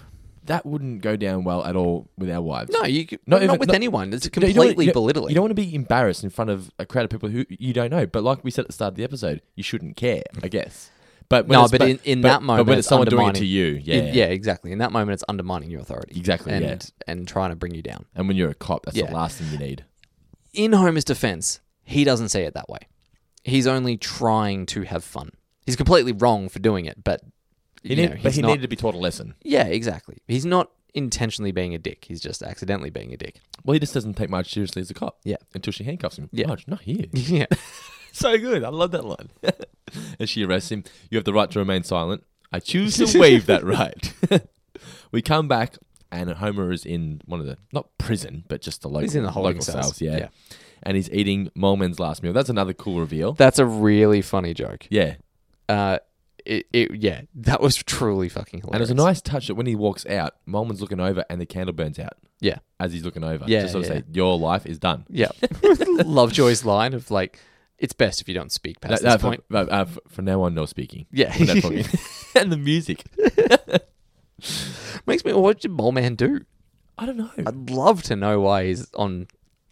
That wouldn't go down well at all with our wives. No, you c- not with anyone. It's you don't wanna- completely you don't- belittling. You don't want to be embarrassed in front of a crowd of people who you don't know. But like we said at the start of the episode, you shouldn't care, I guess. But when no, it's- but, in, in but- that moment, but when it's someone doing it undermining- to you, yeah, in- yeah, exactly. In that moment, it's undermining your authority, Exactly, and yeah. and trying to bring you down. And when you're a cop, that's Yeah. the last thing you need. In Homer's defense, he doesn't see it that way. He's only trying to have fun. He's completely wrong for doing it, but He you need- know, but he's he not, needed to be taught a lesson. Yeah, exactly. He's not intentionally being a dick. He's just accidentally being a dick. Well, he just doesn't take Marge seriously as a cop. Yeah. Until she handcuffs him. Yeah. Marge, not here. Yeah. so good. I love that line. and she arrests him. You have the right to remain silent. I choose to waive that right. we come back, and Homer is in one of the, not prison, but just the local, in the holding local cells. cells. Yeah. Yeah. And he's eating Moleman's last meal. That's another cool reveal. That's a really funny joke. yeah. Uh, it, it yeah, that was truly fucking And it hilarious. was a nice touch that when he walks out, Moleman's looking over and the candle burns out yeah, as he's looking over. Yeah, Just sort of yeah. say, Your life is done. yeah. Lovejoy's line of like, "It's best if you don't speak past No, this no, point." From, uh, f- from now on, no speaking. Yeah. We're not talking. and the music. Makes me. What did Mole Man do? I don't know. I'd love to know why he's on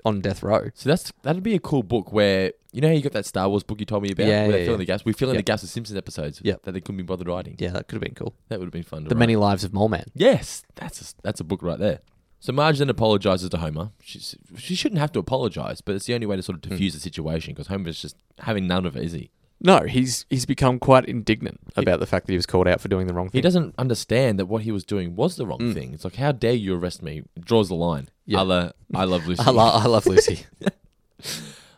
on death row. so that's that'd be a cool book where you know how you got that Star Wars book you told me about Yeah, where they yeah, fill in yeah. the gaps. We fill in Yeah. the gaps of Simpsons episodes Yeah. that they couldn't be bothered writing. Yeah, that could have been cool. That would have been fun. To The write. many lives of Mole Man. Yes, that's a, that's a book right there. So Marge then apologizes to Homer. She's, she shouldn't have to apologize, but it's the only way to sort of Hmm. diffuse the situation because Homer's just having none of it, is he? No, he's he's become quite indignant about the fact that he was called out for doing the wrong thing. He doesn't understand that what he was doing was the wrong thing. It's like, how dare you arrest me? Draws the line. Hmm. Yeah. A la I love Lucy. I, lo- I love Lucy.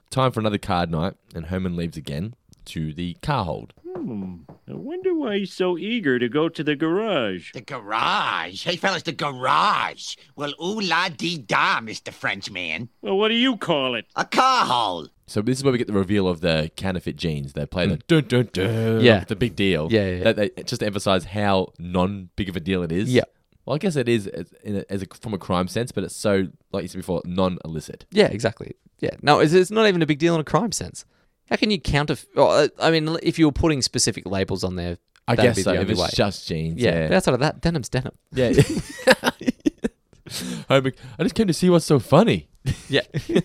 Time for another card night, and Herman leaves again to the car hold. Hmm. I wonder why he's so eager to go to the garage. The garage. Hey, fellas, the garage. Well, ooh la dee da, Mr. Frenchman. Well, what do you call it? A car hole. So this is where we get the reveal of the counterfeit jeans. They play the dun dun dun, Mm. Yeah. the big deal. Yeah, yeah, yeah. That they just to emphasize how non big of a deal it is. Yeah. Well, I guess it is as, in a, as a, from a crime sense, but it's so like you said before, non illicit. yeah, exactly. Yeah, no, it's, it's not even a big deal in a crime sense. How can you counterf Oh, I I mean, if you were putting specific labels on there, I that'd guess be so. the If only it's way. just jeans, yeah, yeah, but outside of that, denim's denim. Yeah. Homer, I just came to see what's so funny. Yeah,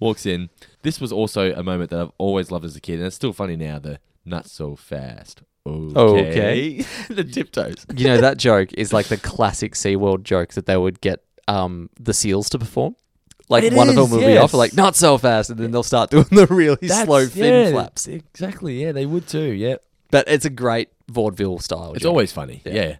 Walks in. This was also a moment that I've always loved as a kid, and it's still funny now. The not so fast. Okay. Okay. the tiptoes. you know that joke is like the classic SeaWorld joke that they would get um, the seals to perform. Like It one of them is, will be off, yes. like not so fast, and then they'll start doing the really That's- slow fin yeah, flaps. Exactly. Yeah, they would too. Yeah. But it's a great vaudeville style. It's joke. always funny. Yeah.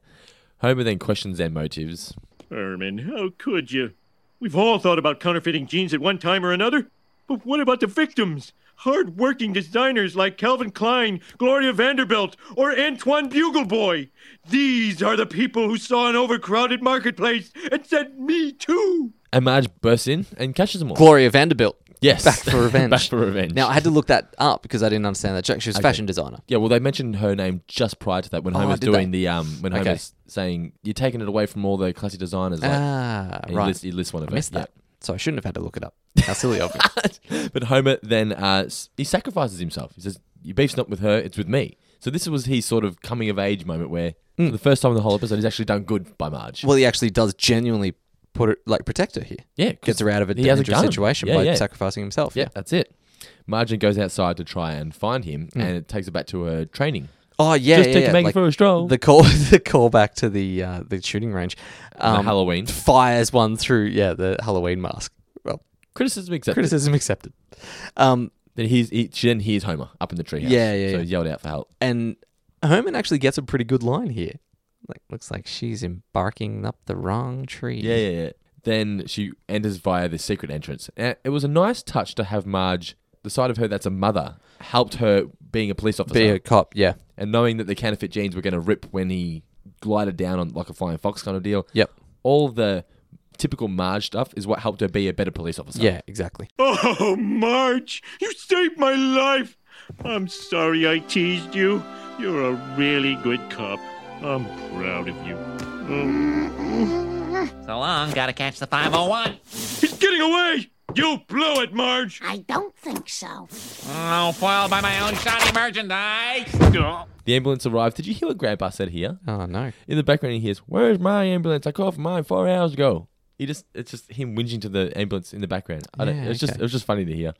Homer then questions their motives. Herman, how could you? We've all thought about counterfeiting jeans at one time or another. But what about the victims? Hard-working designers like Calvin Klein, Gloria Vanderbilt, or Antoine Bugleboy. These are the people who saw an overcrowded marketplace and said, me too. And Marge bursts in and catches them all. Gloria Vanderbilt. yes. Back for revenge. Back for revenge. Now I had to look that up because I didn't understand that joke. She was a fashion designer. yeah, well, they mentioned her name just prior to that when Oh, Homer's did doing they? the um when Okay. Homer's saying you're taking it away from all the classy designers. Like, ah, and he, right. lists, he lists one of I them. missed that. So I shouldn't have had to look it up. How silly of me. Yeah. But Homer then uh, s- he sacrifices himself. He says, "Your beef's not with her; it's with me." So this was his sort of coming of age moment where, Hmm. for the first time in the whole episode, he's actually done good by Marge. well, he actually does genuinely put it like protect her here. Yeah, 'cause Gets her out of a he has a dangerous gun. situation Yeah, by yeah. sacrificing himself. Yeah, that's it. Margin goes outside to try and find him, Hmm. and it takes her back to her training. Oh yeah. Just yeah, take yeah. a Maggie for a stroll. The call the call back to the uh, the shooting range. on Um, Halloween. fires one through yeah, the Halloween mask. Well, Criticism accepted. criticism accepted. Um Then he's he, she then hears Homer up in the treehouse. Yeah, yeah, So yeah. he yelled out for help. And Herman actually gets a pretty good line here. Like, looks like she's embarking up the wrong tree. Yeah, yeah, yeah. Then she enters via the secret entrance. And it was a nice touch to have Marge, the side of her that's a mother, helped her being a police officer Be a cop, yeah. and knowing that the counterfeit jeans were going to rip when he glided down on like a flying fox kind of deal. Yep. All the typical Marge stuff is what helped her be a better police officer. Yeah, exactly. Oh, Marge, you saved my life. I'm sorry I teased you. You're a really good cop. I'm proud of you. Um, So long, gotta catch the 501. He's getting away! You blew it, Marge! I don't think so. Oh, foiled by my own shoddy merchandise. The ambulance arrived. Did you hear what Grandpa said here? Oh no. In the background, he hears, "Where's my ambulance? I called for mine four hours ago." He just—it's just him whinging to the ambulance in the background. I don't, Yeah, it was okay. just—it was just funny to hear.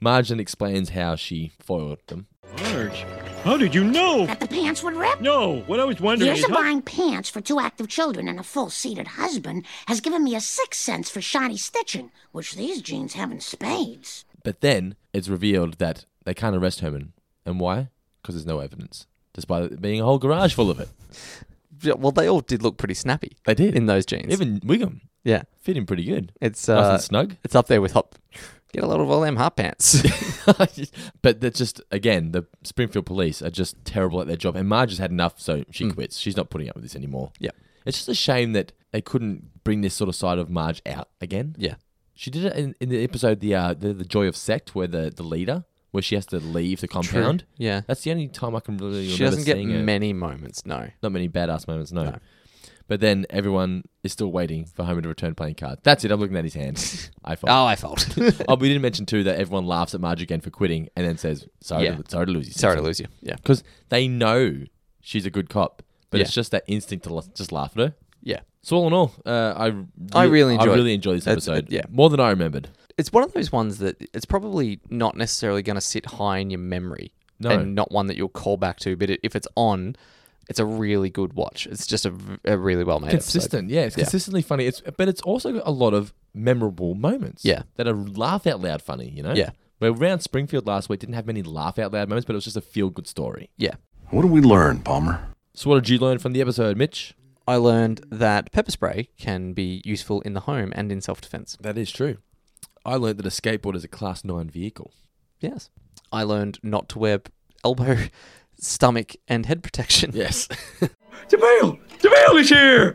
Marge then explains how she foiled them. Marge, how did you know? That the pants would rip? No, what I was wondering Years is of how... buying pants for two active children and a full-seated husband has given me a sixth sense for shoddy stitching, which these jeans have in spades. But then it's revealed that they can't arrest Herman, and why? Because there's no evidence, despite it being a whole garage full of it. Yeah, well, they all did look pretty snappy. They did. in those jeans. Even Wiggum yeah, fit in pretty good. it's uh, Nice and snug. It's up there with hot. Get a lot of all them hot pants. but that's just again the Springfield police are just terrible at their job, and Marge has had enough, so she Hmm. quits. She's not putting up with this anymore. Yeah. it's just a shame that they couldn't bring this sort of side of Marge out again. yeah, She did it in, in the episode the, uh, the the joy of sect where the the leader where she has to leave the compound. yeah. that's the only time I can really She remember doesn't get seeing her. many moments. No. Not many badass moments, no. No. But then everyone is still waiting for Homer to return playing cards. That's it. I'm looking at his hand. I fold. Oh, I fault. Oh, we didn't mention too that everyone laughs at Marge again for quitting, and then says, "Sorry, Yeah. to, sorry to lose you." Sorry to lose you. Yeah, Because they know she's a good cop, but Yeah. it's just that instinct to l- just laugh at her. yeah. So all in all, uh, I re- I really enjoy I it. really enjoy this That's- episode. yeah. more than I remembered. It's one of those ones that it's probably not necessarily going to sit high in your memory, No. and not one that you'll call back to. But it, if it's on, it's a really good watch. It's just a, v- a really well made. Consistent, yeah, it's Yeah. consistently funny. It's but it's also got a lot of memorable moments. Yeah. that are laugh out loud funny. You know. Yeah. Where around Springfield last week didn't have many laugh out loud moments, but it was just a feel good story. Yeah. What did we learn, Palmer? So what did you learn from the episode, Mitch? I learned that pepper spray can be useful in the home and in self defense. That is true. I learned that a skateboard is a class nine vehicle. Yes. I learned not to wear elbow, stomach, and head protection. Yes. The mail! The mail is here!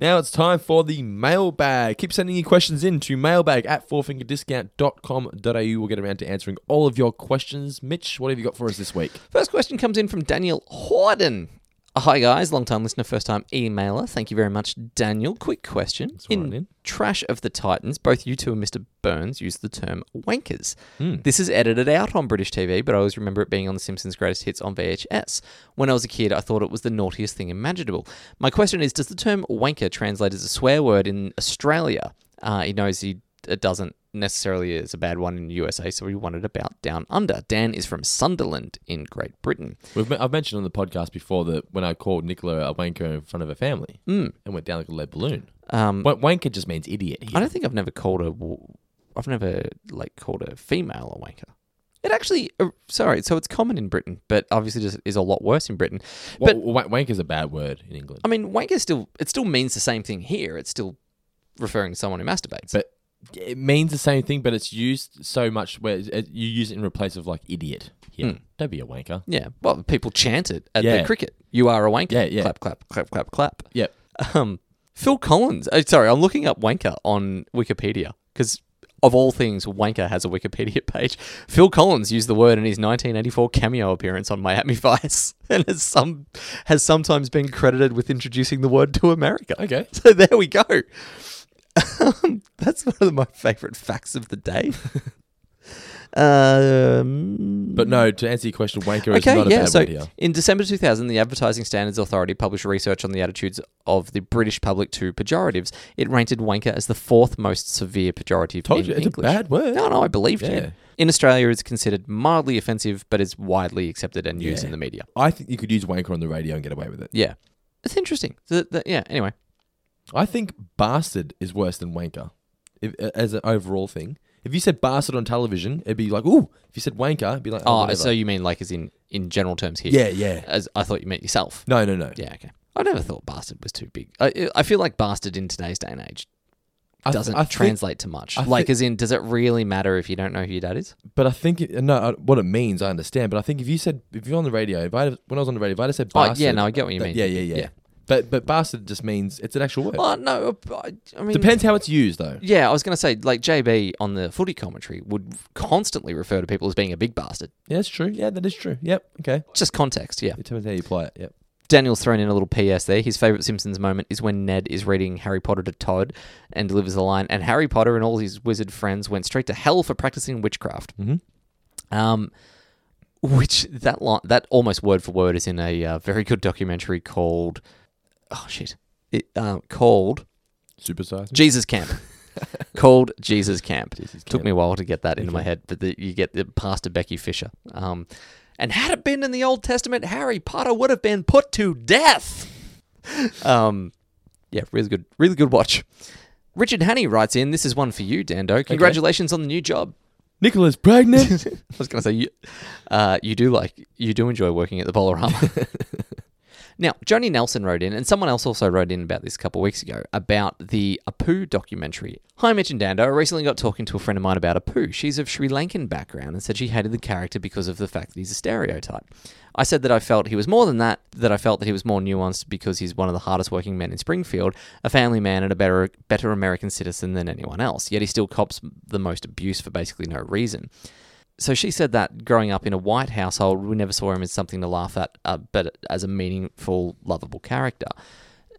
Now it's time for the mailbag. Keep sending your questions in to mailbag at fourfingerdiscount.com.au. We'll get around to answering all of your questions. Mitch, what have you got for us this week? First question comes in from Daniel Horden. Oh, Hi guys, long time listener, first time emailer. Thank you very much, Daniel. Quick question. all right, Ian. Trash of the Titans, both you two and Mr. Burns used the term wankers. This is edited out on British TV, but I always remember it being on The Simpsons Greatest Hits on VHS. When I was a kid, I thought it was the naughtiest thing imaginable. My question is Does the term wanker translate as a swear word in Australia? Uh, he knows he it doesn't necessarily is a bad one in the USA, so we wanted about down under. Dan is from Sunderland in Great Britain. We've, I've mentioned on the podcast before that when I called Nicola a wanker in front of her family and went down like a lead balloon. Um, Wa- wanker just means idiot here. I don't think I've never called a, w- I've never like called a female a wanker. It actually, uh, sorry, so it's common in Britain, but obviously just is a lot worse in Britain. Wa- But wa- wanker's a bad word in England. I mean, wanker still, it still means the same thing here. It's still referring to someone who masturbates. But it means the same thing, but it's used so much where it, you use it in replace of like idiot here. Don't be a wanker. yeah, well, people chant it at Yeah. the cricket. You are a wanker. Yeah, yeah. Clap, clap, clap, clap, clap. Yep. Um, Phil Collins. Uh, sorry, I'm looking up wanker on Wikipedia because of all things, wanker has a Wikipedia page. Phil Collins used the word in his 1984 cameo appearance on Miami Vice, and has some has sometimes been credited with introducing the word to America. Okay. so there we go. Um, that's one of my favorite facts of the day. um, But no, to answer your question, wanker is Okay, not a yeah. bad So word here. in December 2000, the Advertising Standards Authority published research on the attitudes of the British public to pejoratives. It rated wanker as the fourth most severe pejorative Told in you, it's a English. bad word. No, no, I believed Yeah. you. In Australia, it's considered mildly offensive, but is widely accepted and used in the media. I think you could use wanker on the radio and get away with it. Yeah, it's interesting. So that- that- yeah. Anyway, I think bastard is worse than wanker if, as an overall thing. If you said bastard on television, it'd be like, ooh. If you said wanker, it'd be like, oh, oh, whatever. so you mean like as in in general terms here? Yeah, yeah. As I thought you meant yourself. no, no, no. Yeah. Okay. I never thought bastard was too big. I I feel like bastard in today's day and age I th- doesn't I think- translate to much. I like, thi- as in, does it really matter if you don't know who your dad is? But I think, it, no, I, what it means, I understand. But I think if you said, if you're on the radio, if I, when I was on the radio, if I'd have said Oh, yeah, bastard. no, I get what you mean. Yeah, yeah, yeah. Yeah. But but bastard just means it's an actual word. Well, no, I I mean, Depends how it's used though. Yeah, I was going to say, like JB on the footy commentary would constantly refer to people as being a big bastard. Yeah, that's true. Yeah, that is true. Yep. Okay. Just context, yeah. It depends how you play it. Yep. Daniel's thrown in a little PS there. His favorite Simpsons moment is when Ned is reading Harry Potter to Todd and delivers the line, and Harry Potter and all his wizard friends went straight to hell for practicing witchcraft. Um, which that line, that almost word for word is in a uh, very good documentary called, oh shit, it uh, called Supersize. Jesus Camp. called Jesus Camp. Took me a while to get that into my head, but the, you get the pastor Becky Fisher. Um, and had it been in the Old Testament, Harry Potter would have been put to death. um, yeah, really good, really good watch. Richard Hanney writes in, "This is one for you, Dando. Congratulations on the new job." Nicola's pregnant. I was going to say you, uh, you do like you do enjoy working at the Bolarama. now, Joni Nelson wrote in, and someone else also wrote in about this a couple of weeks ago about the Apu documentary. Hi, Mitch and Dando. I recently got talking to a friend of mine about Apu. She's of Sri Lankan background and said she hated the character because of the fact that he's a stereotype. I said that I felt he was more than that, that I felt that he was more nuanced because he's one of the hardest working men in Springfield, a family man and a better better American citizen than anyone else. Yet he still cops the most abuse for basically no reason. So she said that growing up in a white household, we never saw him as something to laugh at, uh, but as a meaningful, lovable character.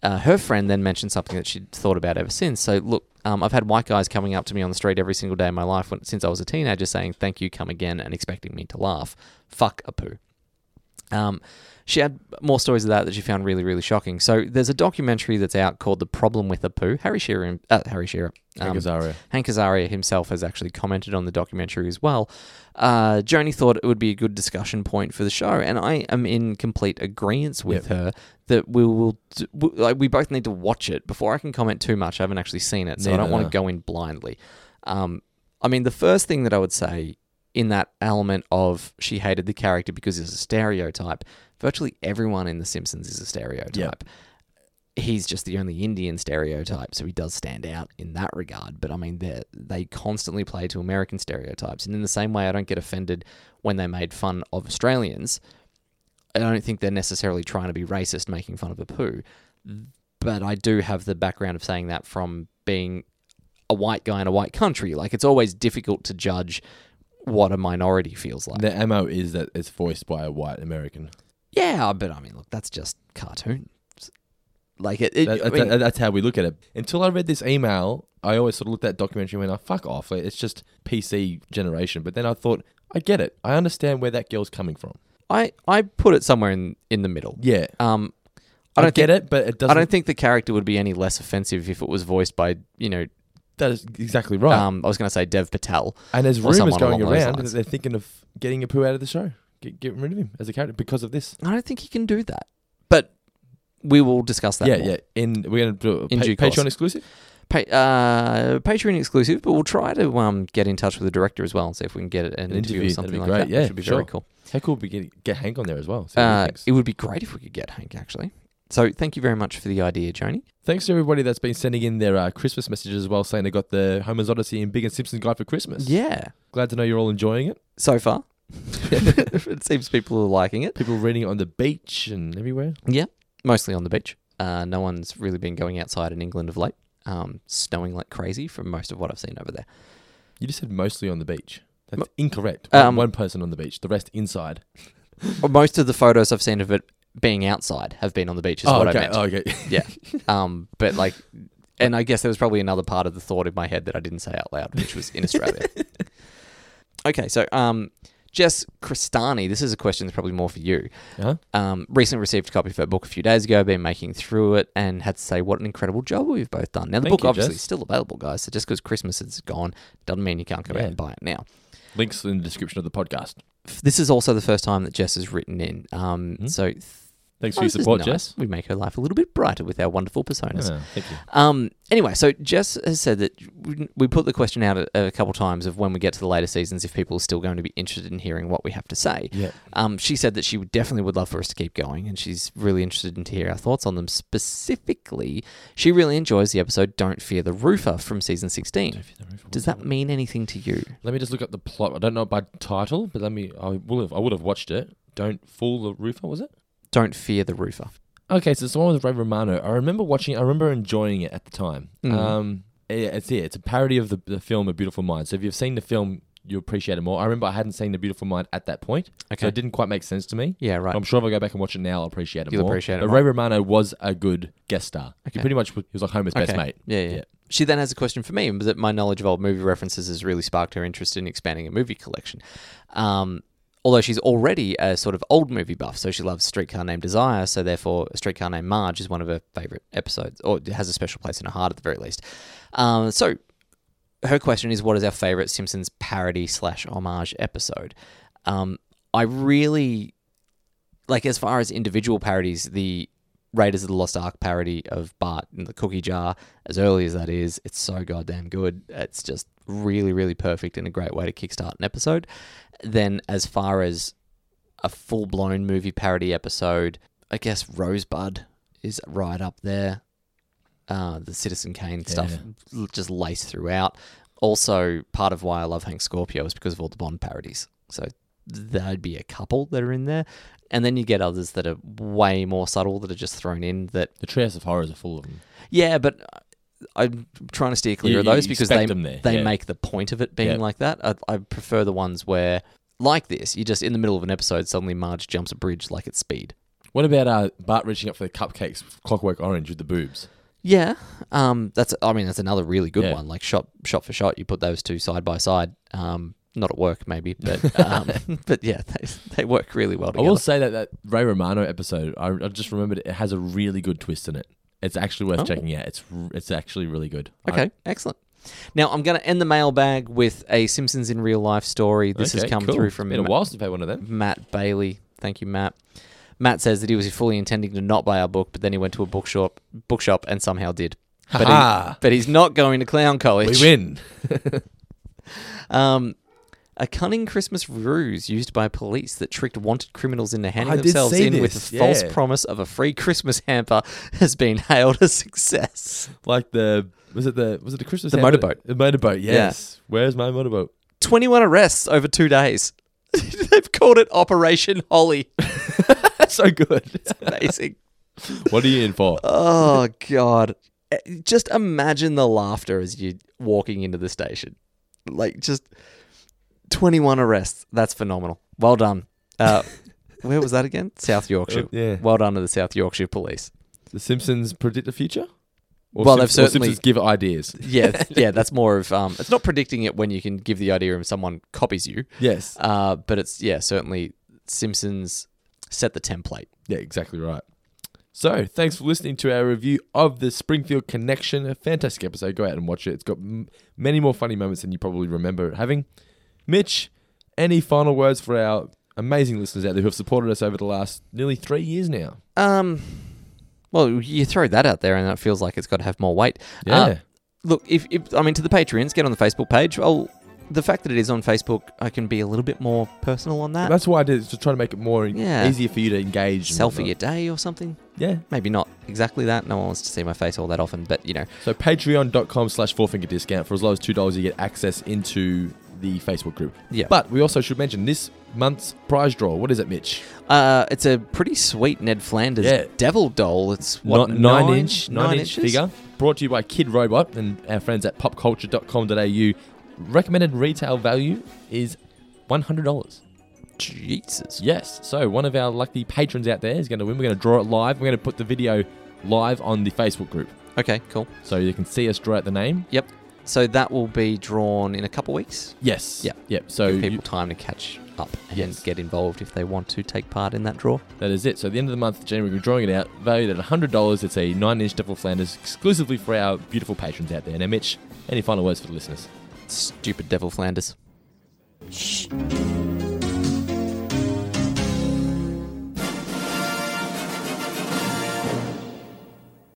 Uh, her friend then mentioned something that she'd thought about ever since. So, look, um, I've had white guys coming up to me on the street every single day of my life when, since I was a teenager saying, thank you, come again, and expecting me to laugh. Fuck a poo. Um, she had more stories of that that she found really, really shocking. So there's a documentary that's out called "The Problem with Apu." Harry Shearer, uh, Harry Shearer, Hank Azaria. Hank Azaria himself has actually commented on the documentary as well. Uh, Joni thought it would be a good discussion point for the show, and I am in complete agreement with her that we will, d- w- like, we both need to watch it before I can comment too much. I haven't actually seen it, so I Neither don't want to have I. go in blindly. Um, I mean, the first thing that I would say in that element of she hated the character because it's a stereotype. Virtually everyone in The Simpsons is a stereotype. He's just the only Indian stereotype, so he does stand out in that regard. But I mean, they they constantly play to American stereotypes, and in the same way, I don't get offended when they made fun of Australians. I don't think they're necessarily trying to be racist, making fun of a poo. But I do have the background of saying that from being a white guy in a white country. Like it's always difficult to judge what a minority feels like. The mo is that it's voiced by a white American. Yeah, but I mean, look, that's just cartoons. Like it, it That- I that's, mean, that's how we look at it. Until I read this email, I always sort of looked at that documentary and went, oh, fuck off. It's just PC generation. But then I thought, I get it. I understand where that girl's coming from. I, I put it somewhere in, in the middle. Yeah. Um, I I don't get think- it, but it I doesn't- don't think the character would be any less offensive if it was voiced by you know. That is exactly right. Um, I was going to say Dev Patel. And there's or rumors someone going along those around that lines. they're thinking of getting a poo out of the show, get, getting rid of him as a character because of this. I don't think he can do that. But we will discuss that. yeah, more. yeah. In we're gonna do a In pa- due Patreon course. exclusive. Pa- uh, Patreon exclusive, but we'll try to um, get in touch with the director as well and see if we can get an, an interview, or That'd be something like great. that. Yeah, which would be sure. very cool. Heck, we'll be get, get Hank on there as well. see what he Uh, thinks. it would be great if we could get Hank actually. So thank you very much for the idea, Joni. Thanks to everybody that's been sending in their uh, Christmas messages as well, saying they got the Homer's Odyssey and Big and Simpson guide for Christmas. Yeah. Glad to know you're all enjoying it. So far, it seems people are liking it. People reading it on the beach and everywhere. Yeah, mostly on the beach. Uh, no one's really been going outside in England of late. Um, snowing like crazy from most of what I've seen over there. You just said mostly on the beach. That's Mo- incorrect. One- Um, one person on the beach, the rest inside. Well, most of the photos I've seen of it being outside have been on the beach. Is Oh, what okay. I meant. Oh, okay. yeah. Um, but like, and I guess there was probably another part of the thought in my head that I didn't say out loud, which was in Australia. okay, so um, Jess Cristani, this is a question that's probably more for you. Uh-huh. Um, recently received a copy of her book a few days ago. Been making through it and had to say what an incredible job we've both done. Now the Thank book you, obviously Jess. is still available, guys. So just because Christmas is gone doesn't mean you can't go Yeah. out and buy it now Links in the description of the podcast. this is also the first time that Jess has written in. Um, So th- Thanks for your Oh, this is Mm-hmm. support, nice. Jess. We make her life a little bit brighter with our wonderful personas. Yeah, thank you. Um, anyway, so Jess has said that we- we put the question out a, a couple times of when we get to the later seasons if people are still going to be interested in hearing what we have to say. Yeah. Um, she said that she would definitely would love for us to keep going, and she's really interested in to hear our thoughts on them. Specifically, she really enjoys the episode "Don't Fear the Roofer" from season 16 Does that mean anything to you? Let me just look up the plot. I don't know by title, but let me. I will have. I would have watched it. Don't fool the roofer. Was it? Don't fear the roofer. Okay, so it's the one with Ray Romano. I remember watching. I remember enjoying it at the time. Mhm. Um, yeah, it's yeah, it's a parody of the, the film A Beautiful Mind. So if you've seen the film, you appreciate it more. I remember I hadn't seen The Beautiful Mind at that point, Okay. so it didn't quite make sense to me. Yeah, right. I'm sure if I go back and watch it now, I'll appreciate it You'll more. appreciate it But more. Ray Romano was a good guest star. Okay. He pretty much was- he was like Homer's best Okay. mate. Yeah, yeah. She then has a question for me, and that my knowledge of old movie references has really sparked her interest in expanding a movie collection. Um, although she's already a sort of old movie buff, so she loves Streetcar Named Desire, so therefore Streetcar Named Marge is one of her favorite episodes, or has a special place in her heart at the very least. Um, so her question is, what is our favorite Simpsons parody slash homage episode? Um, I really like as far as individual parodies, the Raiders of the Lost Ark parody of Bart in the cookie jar, as early as that is, it's so goddamn good. It's just really, really perfect and a great way to kickstart an episode. Then, as far as a full blown movie parody episode, I guess Rosebud is right up there. Uh, the Citizen Kane stuff l- just laced throughout. Also, part of why I love Hank Scorpio is because of all the Bond parodies. So there'd be a couple that are in there, and then you get others that are way more subtle that are just thrown in. That the Treehouse of Horrors are full of them. Yeah, but I- I'm trying to steer clear You- of those you because expect they them there, they yeah. make the point of it being Yeah. like that. I, I prefer the ones where like this, you just in the middle of an episode suddenly Marge jumps a bridge like it's speed. What about uh, Bart reaching up for the cupcakes, with Clockwork Orange with the boobs? Yeah, um, that's I mean that's another really good Yeah. one. Like shot shot for shot, you put those two side by side. Um, not at work maybe, but um, but yeah, they, they work really well I together. will say that that Ray Romano episode, I, I just remembered it has a really good twist in it. It's actually worth Oh. checking out. It's r- it's actually really good. I- Okay, excellent. Now I'm going to end the mailbag with a Simpsons in real life story. This has Okay, come cool. through from It's been a while since I've had one of them. Matt Bailey. Thank you, Matt. Matt says that he was fully intending to not buy our book, but then he went to a bookshop bookshop and somehow did. But, Ha-ha. he, but he's not going to clown college. We win. um, a cunning Christmas ruse used by police that tricked wanted criminals into handing I did themselves see in with this, the false yeah. promise of a free Christmas hamper has been hailed a success. Like the was it the was it the Christmas The hamper? motorboat. The motorboat. Yeah. Yes. Where's my motorboat? 21 arrests over two days. They've called it Operation Holly. so good. It's amazing. What are you in for? Oh, God. Eh, Just imagine the laughter as you're walking into the station. Like, just 21 arrests. That's phenomenal. Well done. Uh, where was that again? South Yorkshire. yeah. Well done to the South Yorkshire police. The Simpsons predict the future. Well, Simps- they've or certainly- Simpsons give ideas. Yeah, yeah, that's more of um, it's not predicting it when you can give the idea and someone copies you. Yes. Uh, but it's yeah, certainly Simpsons set the template. Yeah, exactly right. So, thanks for listening to our review of the Springfield Connection. A fantastic episode. Go out and watch it. It's got m- many more funny moments than you probably remember it having. Mitch, any final words for our amazing listeners out there who have supported us over the last nearly three years now? Um, well, you throw that out there, and it feels like it's got to have more weight. Uh, Yeah. look, if, if I mean to the Patreons, get on the Facebook page. Well, the fact that it is on Facebook, I can be a little bit more personal on that. That's why I did it, to try to make it more Uh, Yeah. easier for you to engage. and Selfie a whatnot. day or something. Yeah. Maybe not exactly that. No one wants to see my face all that often, but you know, So patreon.com slash fourfinger discount. For as low as $2, you get access into the Facebook group. Yeah. But we also should mention this month's prize draw. What is it, Mitch? uh, it's a pretty sweet Ned Flanders Yeah. devil doll. It's what Ni- nine, inch, nine, inch inches? figure. Brought to you by Kid Robot and our friends at popculture.com.au. Recommended retail value is $100. Jesus. Yes. So one of our lucky patrons out there is going to win. We're going to draw it live. We're going to put the video live on the Facebook group. Okay, cool. So you can see us draw out the name. Yep. So that will be drawn in a couple weeks. Yes. Yep. Yep. So Give people you- time to catch up and Yes. get involved if they want to take part in that draw. That is it. So at the end of the month, January, we're drawing it out, valued at $100. It's a 9 inch Devil Flanders exclusively for our beautiful patrons out there. Now, Mitch, any final words for the listeners? Stupid Devil Flanders. Shh.